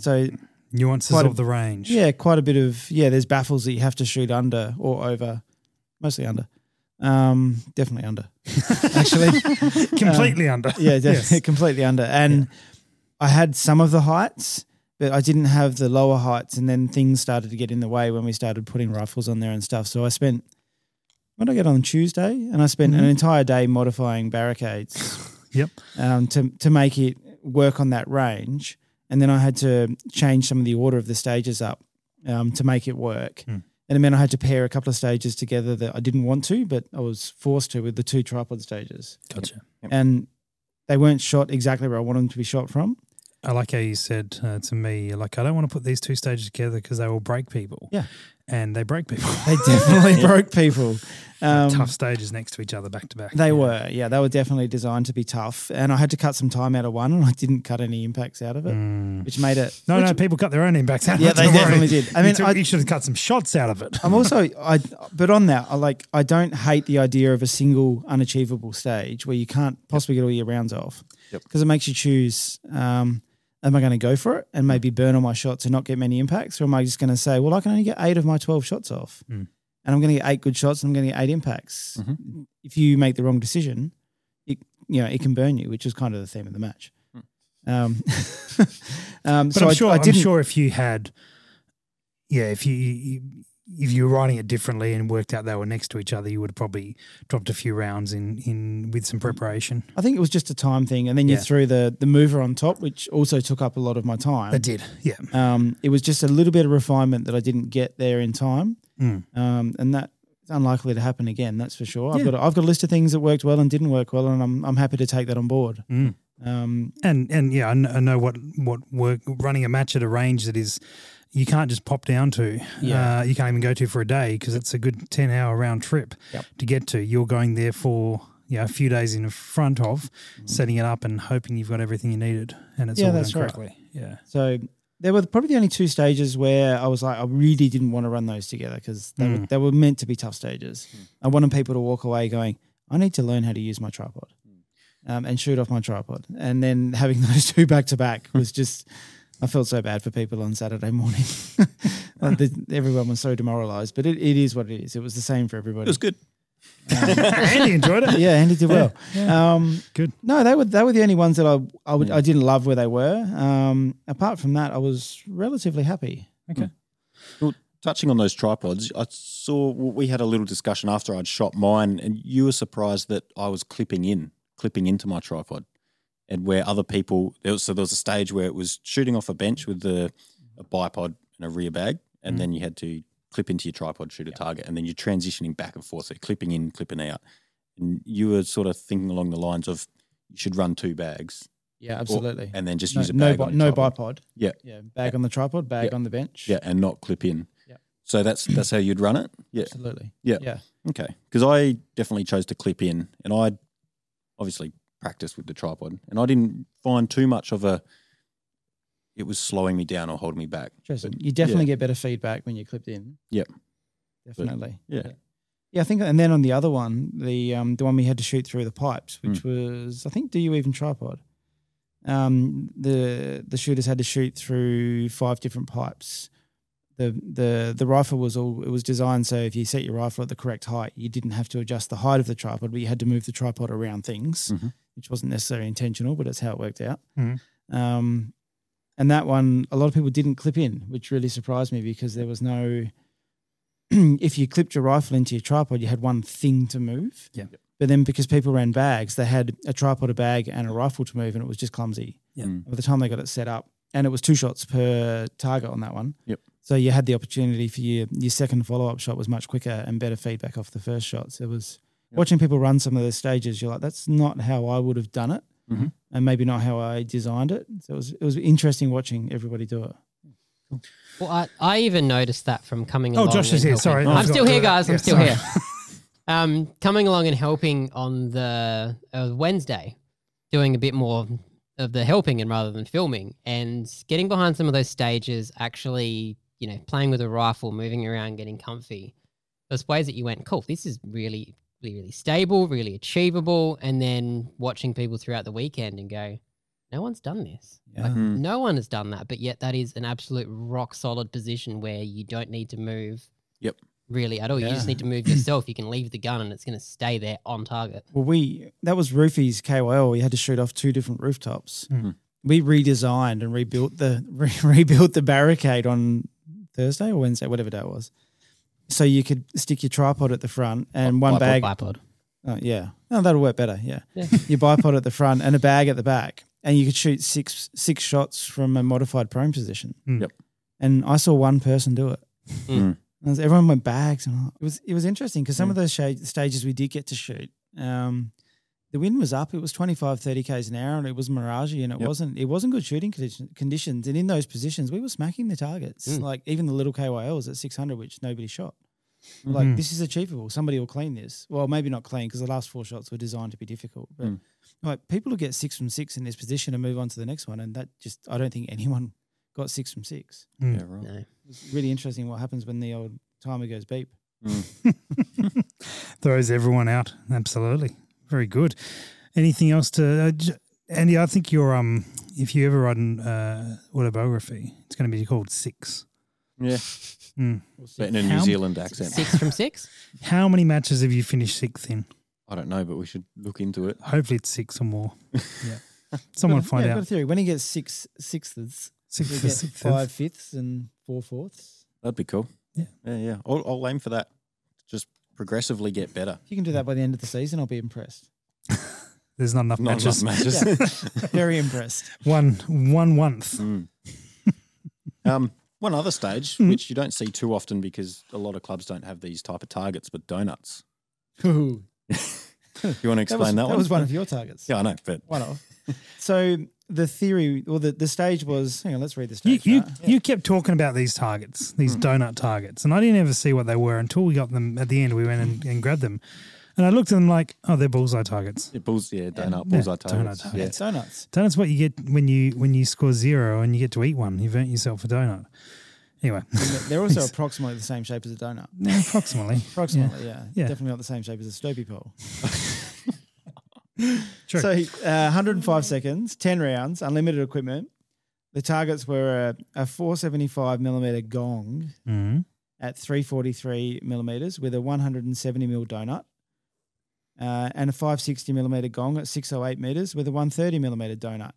So
Nuances
Quite a-
of the range.
yeah, quite a bit of yeah. There's baffles that you have to shoot under or over, mostly under. Um, definitely under. Actually,
completely under.
uh, yeah,
Yes.
definitely completely under. And I had some of the heights, but I didn't have the lower heights. And then things started to get in the way when we started putting rifles on there and stuff. So I spent what did I get on Tuesday, and I spent an entire day modifying barricades
Yep.
um, to to make it work on that range. And then I had to change some of the order of the stages up um, to make it work. And it meant I had to pair a couple of stages together that I didn't want to, but I was forced to with the two tripod stages
Gotcha.
and they weren't shot exactly where I wanted them to be shot from.
I like how you said uh, to me, like, I don't want to put these two stages together because they will break people.
Yeah.
and they break people.
They definitely broke people. Um,
Tough stages next to each other, back to back.
They
Yeah.
were, yeah, they were definitely designed to be tough. And I had to cut some time out of one, and I didn't cut any impacts out of it, which made it.
No,
which-
no, people cut their own impacts out.
Yeah,
of it,
they
don't worry.
definitely did. I
You
mean,
took-
I-
you should have cut some shots out of it.
I'm also, I, but on that, I like, I don't hate the idea of a single unachievable stage where you can't possibly get all your rounds off, because it makes you choose: um, am I going to go for it and maybe burn all my shots and not get many impacts, or am I just going to say, well, I can only get eight of my twelve shots off,
Hmm.
and I'm going to get eight good shots and I'm going to get eight impacts.
Mm-hmm.
If you make the wrong decision, it, you know, it can burn you, which is kind of the theme of the match. Um, um,
Hmm. But
so
I'm
I-
sure.
I,
I, am
didn't.
sure if you had, yeah, if you, you if you were writing it differently and worked out they were next to each other, you would have probably dropped a few rounds in in with some preparation.
I think it was just a time thing, and then you
Yeah.
threw the the mover on top, which also took up a lot of my
I
time.
did, yeah.
Um, it was just a little bit of refinement that I didn't get there in time,
Mm.
um, and that's unlikely to happen again. That's for sure. I've got a, I've got a list of things that worked well and didn't work well, and I'm I'm happy to take that on board. Um,
And and yeah, I kn- I know what what work running a match at a range that is you can't just pop down to.
Yeah.
Uh, you can't even go to for a day because it's a good ten hour round trip
Yep.
to get to. You're going there for yeah a few days in front of setting it up and hoping you've got everything you needed and it's
Mm. Yeah,
all
that's
done
right.
correctly. Yeah.
so there were probably the only two stages where I was like, I really didn't want to run those together because they were they were meant to be tough stages. I wanted people to walk away going, I need to learn how to use my tripod. um, and shoot off my tripod. And then having those two back to back was just, I felt so bad for people on Saturday morning. like the, everyone was so demoralized, but it, it is what it is. It was the same for everybody.
It was good.
Andy enjoyed it.
Yeah, Andy did well. Um,
Good.
No, they were they were the only ones that I I, would,
Hmm.
I didn't love where they were. Um, apart from that, I was relatively happy.
Well, touching on those tripods, I saw well, we had a little discussion after I'd shot mine, and you were surprised that I was clipping in, clipping into my tripod, and where other people. There was, so there was a stage where it was shooting off a bench with the a bipod and a rear bag, and
Mm.
then you had to clip into your tripod, shoot a target, and then you're transitioning back and forth, so you're clipping in, clipping out, and you were sort of thinking along the lines of you should run two bags,
Yeah,
or-
absolutely.
and then just
No,
use a
no,
bag.
bi-
on your
no
tripod.
bipod.
Yeah.
Yeah, bag on the tripod, bag
Yeah.
on the bench.
Yeah, and not clip in.
Yeah.
So that's that's how you'd run it. Yeah.
absolutely.
Yeah.
yeah.
Okay. Because I definitely chose to clip in and I obviously practiced with the tripod and I didn't find too much of a, it was slowing me down or holding me back.
Interesting.
But
You definitely get better feedback when you're clipped in.
Yep.
Definitely.
yeah.
Yeah, I think, and then on the other one, the um, the one we had to shoot through the pipes, which was, I think, do you even tripod? Um, the the shooters had to shoot through five different pipes. The the the rifle was all it was designed so if you set your rifle at the correct height, you didn't have to adjust the height of the tripod, but you had to move the tripod around things,
Mhm.
which wasn't necessarily intentional, but it's how it worked out.
Mhm.
Um, and that one, a lot of people didn't clip in, which really surprised me because there was no. if you clipped your rifle into your tripod, you had one thing to move.
Yeah.
But then because people ran bags, they had a tripod, a bag, and a rifle to move, and it was just clumsy.
Yeah.
Mm.
By the time they got it set up, and it was two shots per target on that one.
Yep.
So you had the opportunity for your your second follow up shot was much quicker and better feedback off the first shots. It was watching people run some of those stages. You're like, that's not how I would have done it,
Mhm.
and maybe not how I designed it. So it was it was interesting watching everybody do it.
Well, I, I even noticed that from coming
Oh,
along.
Josh is
and
here. Sorry,
helping.
I
I'm
forgot
still
to-
here, guys. I'm
yeah,
still
sorry.
here. Um, coming along and helping on the uh, Wednesday, doing a bit more of the helping and rather than filming, and getting behind some of those stages. Actually, you know, playing with a rifle, moving around, getting comfy. There's ways that you went, cool. This is really, really, really stable, really achievable. And then watching people throughout the weekend and go, no one's done this. Like,
Mm.
no one has done that, but yet that is an absolute rock solid position where you don't need to move.
Yep.
Really at all. You just
Yeah.
need to move yourself. You can leave the gun and it's going to stay there on target.
Well, we that was Roofy's KYL. We had to shoot off two different rooftops. We redesigned and rebuilt the re- rebuilt the barricade on Thursday or Wednesday, whatever day it was. So you could stick your tripod at the front and one
Bipod,
bag.
Bipod.
Oh, yeah, no, that'll work better. Yeah,
Yeah.
your bipod at the front and a bag at the back, and you could shoot six six shots from a modified prone position.
Mm.
Yep.
And I saw one person do it.
Mm.
And so everyone went bags, and all. it was it was interesting because some of those shade, stages we did get to shoot. Um, the wind was up. It was 25, 30 k's an hour, and it was miragey, and it
Yep.
wasn't it wasn't good shooting condition, conditions. And in those positions, we were smacking the targets.
Mm.
Like even the little KYLs at six hundred, which nobody shot. Like
Mm-hmm.
this is achievable. Somebody will clean this. Well, maybe not clean because the last four shots were designed to be difficult. But
Mm.
like people will get six from six in this position and move on to the next one, and that just I don't think anyone got six from six.
hmm, Yeah, right.
No.
It's really interesting what happens when the old timer goes beep.
throws everyone out. Absolutely, very good. Anything else to uh, j- Andy? I think your um, if you ever write an uh, autobiography, it's going to be called Six.
Yeah,
Mm.
but in a New
How-
Zealand accent.
Six from six?
How many matches have you finished sixth in?
I don't know, but we should look into it.
Hopefully, it's six or more. yeah, someone
But,
find
yeah, I've got a
out.
theory. When he gets six sixths,
Six
we
for
get
sixth.
five fifths and four fourths.
That'd be cool.
Yeah.
yeah, yeah. I'll, I'll aim for that. Just progressively get better.
If you can do that by the end of the season, I'll be impressed.
There's not enough
Not
matches.
enough matches.
Very impressed.
One one once.
Mm. um, one other stage, which you don't see too often because a lot of clubs don't have these type of targets, but donuts.
Ooh,
You want to
that
explain
was,
that,
that
one?
was one of your targets.
yeah, I know, but
One of. So the theory or the, the stage was hang on, let's read the
You
stage.
you,
chart.
you kept talking about these targets, these
Mm-hmm.
donut targets, and I didn't ever see what they were until we got them at the end. We went and, and grabbed them, and I looked at them like, oh, they're bullseye targets.
yeah, bulls, yeah, donut, bullseye targets.
donut
Yeah.
It's donuts.
Donut's what you get when you when you score zero and you get to eat one. You've earned yourself a donut. Anyway,
They're also approximately the same shape as a donut.
approximately.
Approximately, yeah.
Yeah.
Definitely not the same shape as a Stoopy pole.
True.
So uh, 105 seconds, 10 rounds, unlimited equipment. The targets were a, a 475 millimeter gong
Mhm.
at 343 millimeters with a 170 mil donut. Uh, and a 560 millimeter gong at 608 meters with a 130 millimeter donut.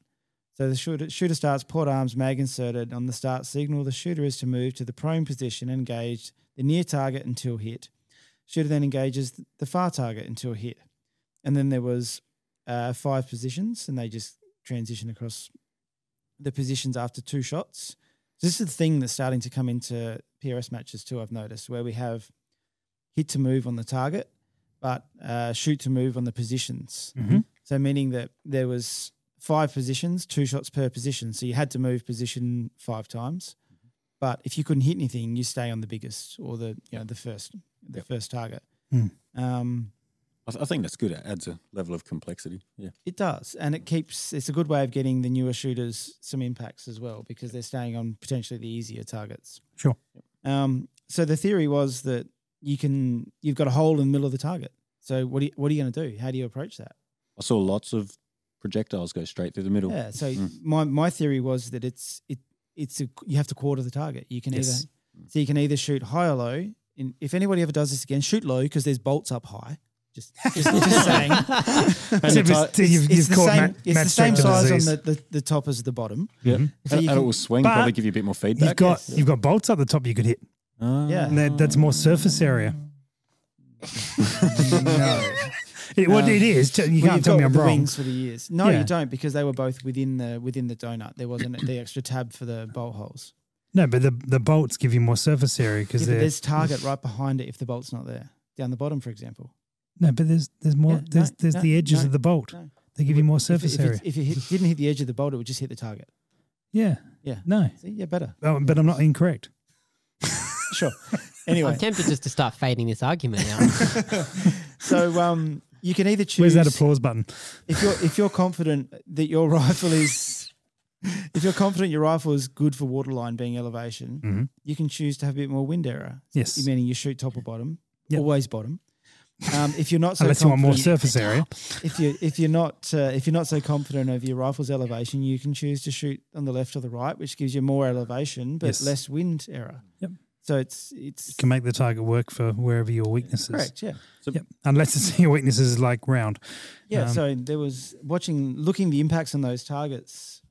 So the shooter, shooter starts port arms mag inserted on the start signal. The shooter is to move to the prone position and engage the near target until hit. Shooter then engages the far target until hit. And then there was uh, five positions, and they just transition across the positions after two shots. So this is the thing that's starting to come into PRS matches too. I've noticed where we have hit to move on the target, but uh, shoot to move on the positions.
Mhm.
So meaning that there was five positions, two shots per position. So you had to move position five times. But if you couldn't hit anything, you stay on the biggest or the you know the first the first target.
Hmm.
Um,
I, th- I think that's good. It adds a level of complexity. Yeah,
it does, and it keeps. It's a good way of getting the newer shooters some impacts as well because they're staying on potentially the easier targets.
Sure.
Um, so the theory was that you can you've got a hole in the middle of the target. So what do you, what are you going to do? How do you approach that?
I saw lots of projectiles go straight through the middle.
Yeah. So
Mm.
my my theory was that it's it it's a you have to quarter the target. You can
Yes.
either so you can either shoot high or low. And if anybody ever does this again, shoot low because there's bolts up high. Just just, just saying.
Except
the
it's- you've,
it's
you've
the
caught
same,
ma-
it's
match
the
straight
same
to
size
disease.
on the, the, the top as the bottom.
Yeah,
So
and,
you
and it
can-
will swing.
Mm-hmm. but-
probably give you a bit more
You've
feedback.
got you've got bolts up the top you could hit.
Ah.
Yeah.
And that, that's more surface area.
no.
It, what
Um,
it is, ju- you can't tell me I'm
the
wrong.
Wings for the years. No,
Yeah.
you don't because they were both within the within the donut. There wasn't the extra tab for the bolt holes.
No, but the the bolts give you more surface area
Yeah,
because
but
they're
there's target right behind it if the bolt's not there. Down the bottom, for example.
no, but there's there's more
Yeah,
there's
no,
there's
no,
the edges
no,
of the bolt.
no.
They give you more
If it-
surface
if,
area.
it, if it hit, didn't hit the edge of the bolt, it would just hit the target.
yeah.
Yeah.
No,
See, yeah, better.
Oh, but I'm not incorrect.
Sure.
I'm
Anyway,
tempted just to start fading this argument out.
so um, you can either choose
Where's that applause button?
if you're if you're confident that your rifle is if you're confident your rifle is good for waterline being elevation,
Mhm.
you can choose to have a bit more wind error.
Yes.
You- meaning you shoot top or bottom,
Yep.
always bottom. Um, if you're not so
Unless you want more
confident-
surface area.
if you if you're not uh, if you're not so confident of your rifle's elevation, you can choose to shoot on the left or the right, which gives you more elevation but
Yes.
less wind error.
Yep.
So it's it's
can make the target work for wherever your weaknesses.
correct, yeah.
Yep. Unless it's your weaknesses is like round.
Yeah,
Um,
so there was watching, looking the impacts on those targets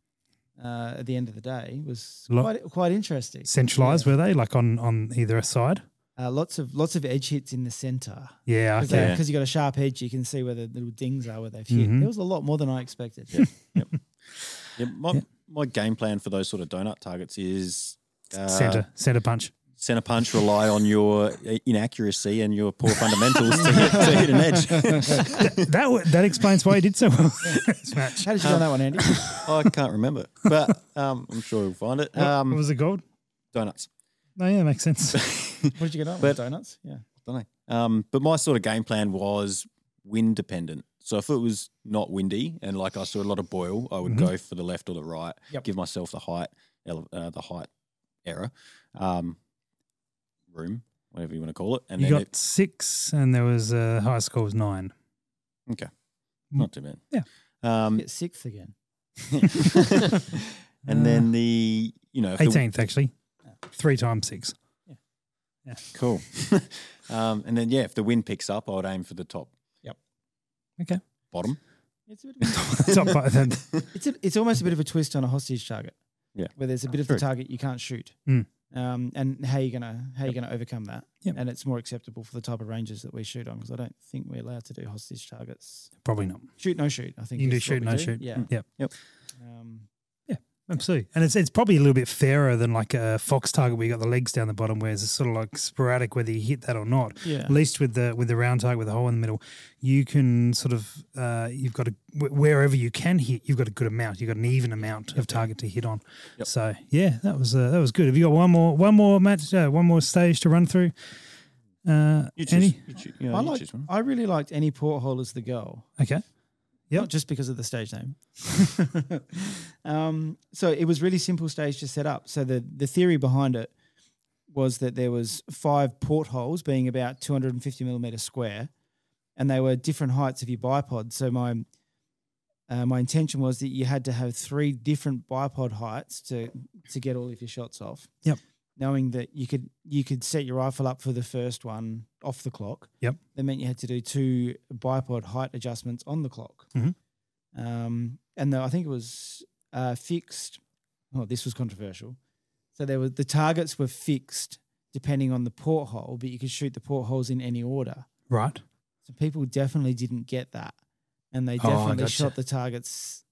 uh, at the end of the day was
Lo-
quite quite interesting.
Centralized were they? Like on on either side?
Uh, lots of lots of edge hits in the center
Yeah.
because
Okay.
Yeah.
you got a sharp edge, you can see where the little dings are where they've hit.
Mhm.
There was a lot more than I expected.
Yeah, my, my game plan for those sort of donut targets is uh,
Center center punch.
Center punch rely on your uh, inaccuracy and your poor fundamentals to, hit, to hit an edge.
that w- that explains why he did so well this match.
How did you know that one, Andy?
I can't remember, but um, I'm sure we'll find it.
what
Um,
was the gold?
donuts.
No, yeah, makes sense.
What did you get on?
But-
donuts? Yeah.
don't know. Um, but my sort of game plan was wind dependent. So if it was not windy and like I saw a lot of boil, I
Mm-hmm.
would go for the left or the right.
Yep.
Give myself the height, ele- uh, the height error, um, room, whatever you want to call it. And
you
then
got
it,
six, and there was uh, high score was nine.
not too bad.
Yeah.
Um,
Get sixth again.
and
Uh,
then the you know if the-
Eighteenth actually, three times six.
cool. um, and then yeah, if the wind picks up, I would aim for the top
Okay,
bottom.
It's a bit of a-
top five. Then.
it's, a, it's almost a bit of a twist on a hostage target.
Yeah.
Where there's a bit of the target you can't shoot.
Mm.
Um, and how you gonna how you gonna overcome that?
Yep.
And it's more acceptable for the type of ranges that we shoot on because I don't think we're allowed to do hostage targets.
Probably not.
Shoot no shoot. I think
You can do
is what
shoot,
we
no shoot. Hmm.
Yeah.
Yep.
Yep.
Um,
Absolutely. And it's it's probably a little bit fairer than like a fox target where you got the legs down the bottom, whereas it's sort of like sporadic whether you hit that or not.
Yeah.
At least with the with the round target with the hole in the middle, you can sort of uh, you've got a wh- wherever you can hit, you've got a good amount. You've got an even amount of target to hit on. So yeah, that was uh, that was good. Have you got one more one more match uh, one more stage to run through? Uh,
You choose.
any
You choo- yeah,
I
you
like.
choose one.
I really liked any porthole as the goal.
okay. Yep.
Not just because of the stage name. um, so it was really simple stage to set up. So the the theory behind it was that there was five portholes being about 250 millimeters square, and they were different heights of your bipod. So my uh, my intention was that you had to have three different bipod heights to to get all of your shots off.
Yep.
Knowing that you could you could set your rifle up for the first one off the clock.
Yep.
That meant you had to do two bipod height adjustments on the clock.
Mhm.
Um, and though I think it was uh, fixed. Oh, this was controversial. So there were the targets were fixed depending on the porthole, but you could shoot the portholes in any order.
Right.
So people definitely didn't get that. And they
Oh, I
definitely
gotcha.
shot the targets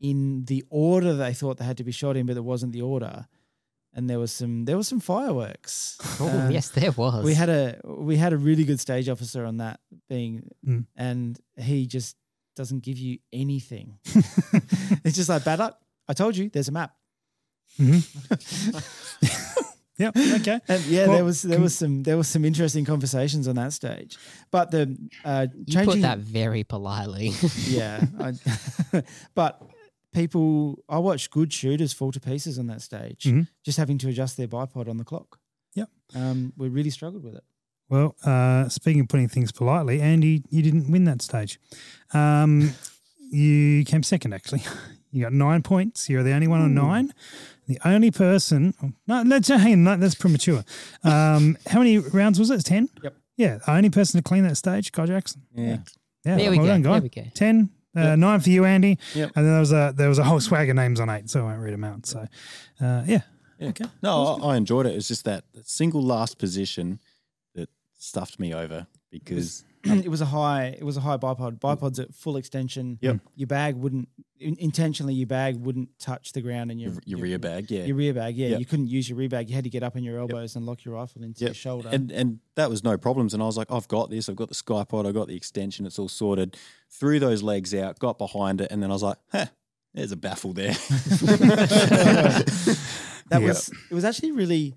in the order they thought they had to be shot in, but it wasn't the order. And there was some there was some fireworks.
Oh,
Um,
yes, there was.
We had a we had a really good stage officer on that being
Mm.
and he just doesn't give you anything. it's just like bad luck. I told you there's a map.
Yep. Okay.
And yeah,
Well,
there was there was some there was some interesting conversations on that stage. But the uh
you put
changing
that very politely.
yeah. I, but people, I watched good shooters fall to pieces on that stage,
Mhm.
just having to adjust their bipod on the clock.
Yep.
Um, we really struggled with it.
Well, uh, speaking of putting things politely, Andy, you didn't win that stage. Um, you came second, actually. You got nine points. You're the only one on nine. The only person. No, let's hang on. that- That's premature. Um, how many rounds was it? Ten.
Yep.
Yeah, the only person to clean that stage, Guy Jackson.
Yeah.
Yeah,
There we
well
go,
done, Guy.
there we go.
Ten. Uh, Nine for you, Andy.
Yep.
And then there was a there was a whole swag of names on eight, so I won't read them out. So, uh, yeah,
Yeah. No, I, I enjoyed it. It's just that that single last position that stuffed me over because
it was a high, it was a high bipod. Bipods at full extension.
Yep.
Your bag wouldn't in, intentionally. Your bag wouldn't touch the ground, and your
your, your rear bag, yeah.
Your rear bag, yeah.
Yep.
You couldn't use your rear bag. You had to get up on your elbows and lock your rifle into
Yep.
your shoulder.
And and that was no problems. And I was like, I've got this. I've got the SkyPod. I've got the extension. It's all sorted. Threw those legs out, got behind it, and then I was like, huh, there's a baffle there. Hmm.
Yep.
That was it was actually really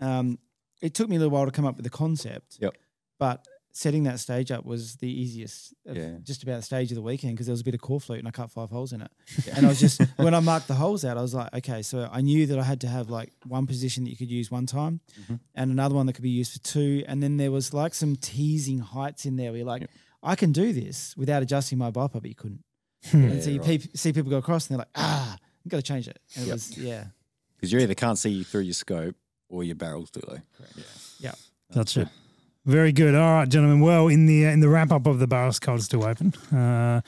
um it took me a little while to come up with the concept.
Yep.
But setting that stage up was the easiest of
Yeah.
just about the stage of the weekend because there was a bit of core flute and I cut five holes in it. And I was just when I marked the holes out, I was like, okay, so I knew that I had to have like one position that you could use one time
Mm-hmm.
and another one that could be used for two. And then there was like some teasing heights in there where you're like, I can do this without adjusting my bipod, but you couldn't. and so you peep- see people go across and they're like, ah, I've got to change it. And it was yeah.
Because you either can't see through your scope or your barrel's too low.
Yeah.
That's it. Very good. All right, gentlemen. Well, in the in the uh, wrap up of the Barrels Cold Still Open, uh,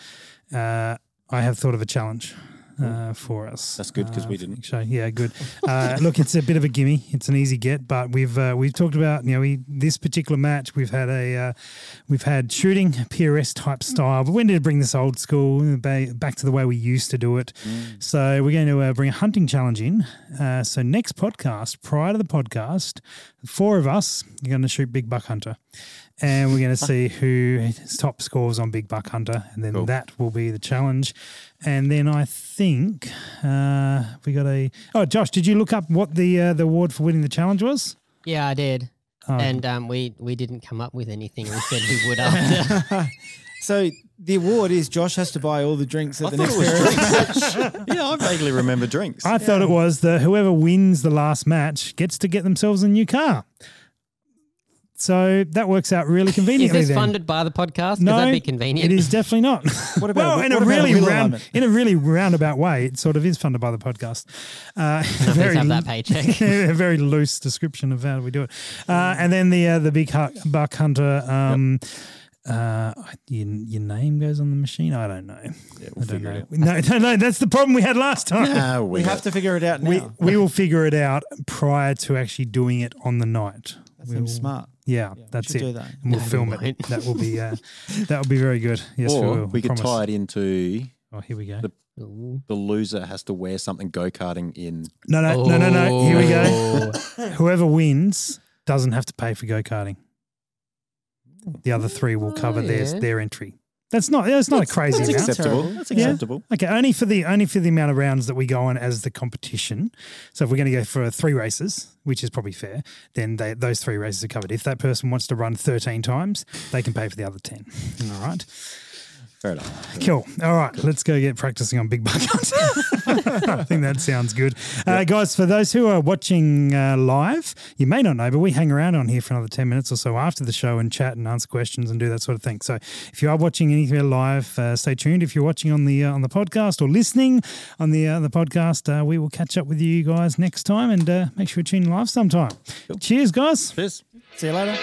uh, I have thought of a challenge. uh, for us.
That's good, 'cause we
Uh,
didn't.
So yeah, good. Uh, look, it's a bit of a gimme. It's an easy get, but we've uh, we've talked about you know we, this particular match. We've had a uh, we've had shooting PRS type style. But we need to bring this old school ba- back to the way we used to do it. So we're going to uh, bring a hunting challenge in. Uh, so next podcast, prior to the podcast, four of us are going to shoot big buck hunter. And we're going to see who top scores on Big Buck Hunter, and then that will be the challenge. And then I think uh, we got a. Oh, Josh, did you look up what the uh, the award for winning the challenge was?
Yeah, I did.
Oh.
And um, we we didn't come up with anything. We said we would after.
So the award is Josh has to buy all the drinks at the next fair.
yeah, I vaguely remember drinks.
I thought it was that whoever wins the last match gets to get themselves a new car. So that works out really
Is
conveniently.
this
then.
funded by the podcast? Because
No,
that'd be convenient.
It is definitely not.
What about-
well, in
what
a
about a
really
wheel
round,
alignment?
in a really roundabout way, it sort of is funded by the podcast. Uh,
Please
very
have
l-
that paycheck.
a very loose description of how we do it. Uh, and then the uh, the big hu- buck hunter. Um, uh, your, your name goes on the machine. I don't know. Yeah, we'll I don't
figure
know.
it
No, no, no, that's the problem we had last time.
Ah, we
We have to figure it out now.
We we will figure it out prior to actually doing it on the night.
that
We'll-
seems smart.
Yeah,
we
that's
should
it.
do that.
And we'll
No, we
film it.
won't.
That will be uh, that will be very good. Yes,
or
we will.
we could
promise.
tie it into
Oh, here we go.
The-
Ooh.
the loser has to wear something go karting in.
No, no, no, no, no. Here we go.
Oh.
Whoever wins doesn't have to pay for go karting. The other three will cover
Oh,
theirs
yeah.
their entry. That's not. That's not a crazy
That's
amount.
acceptable.
terrible.
That's
Yeah.
acceptable.
Okay, only for the only for the amount of rounds that we go on as the competition. So if we're going to go for three races, which is probably fair, then they, those three races are covered. If that person wants to run thirteen times, they can pay for the other ten. All right,
Fair enough.
cool. All right, let's go get practicing on big buck hunts. I think that sounds good, uh, guys. For those who are watching uh, live, you may not know, but we hang around on here for another ten minutes or so after the show and chat and answer questions and do that sort of thing. So if you are watching anything live, uh, stay tuned. If you're watching on the uh, on the podcast or listening on the uh, the podcast, uh, we will catch up with you guys next time and uh, make sure you tune in live sometime. Cheers, guys.
Cheers.
See you later.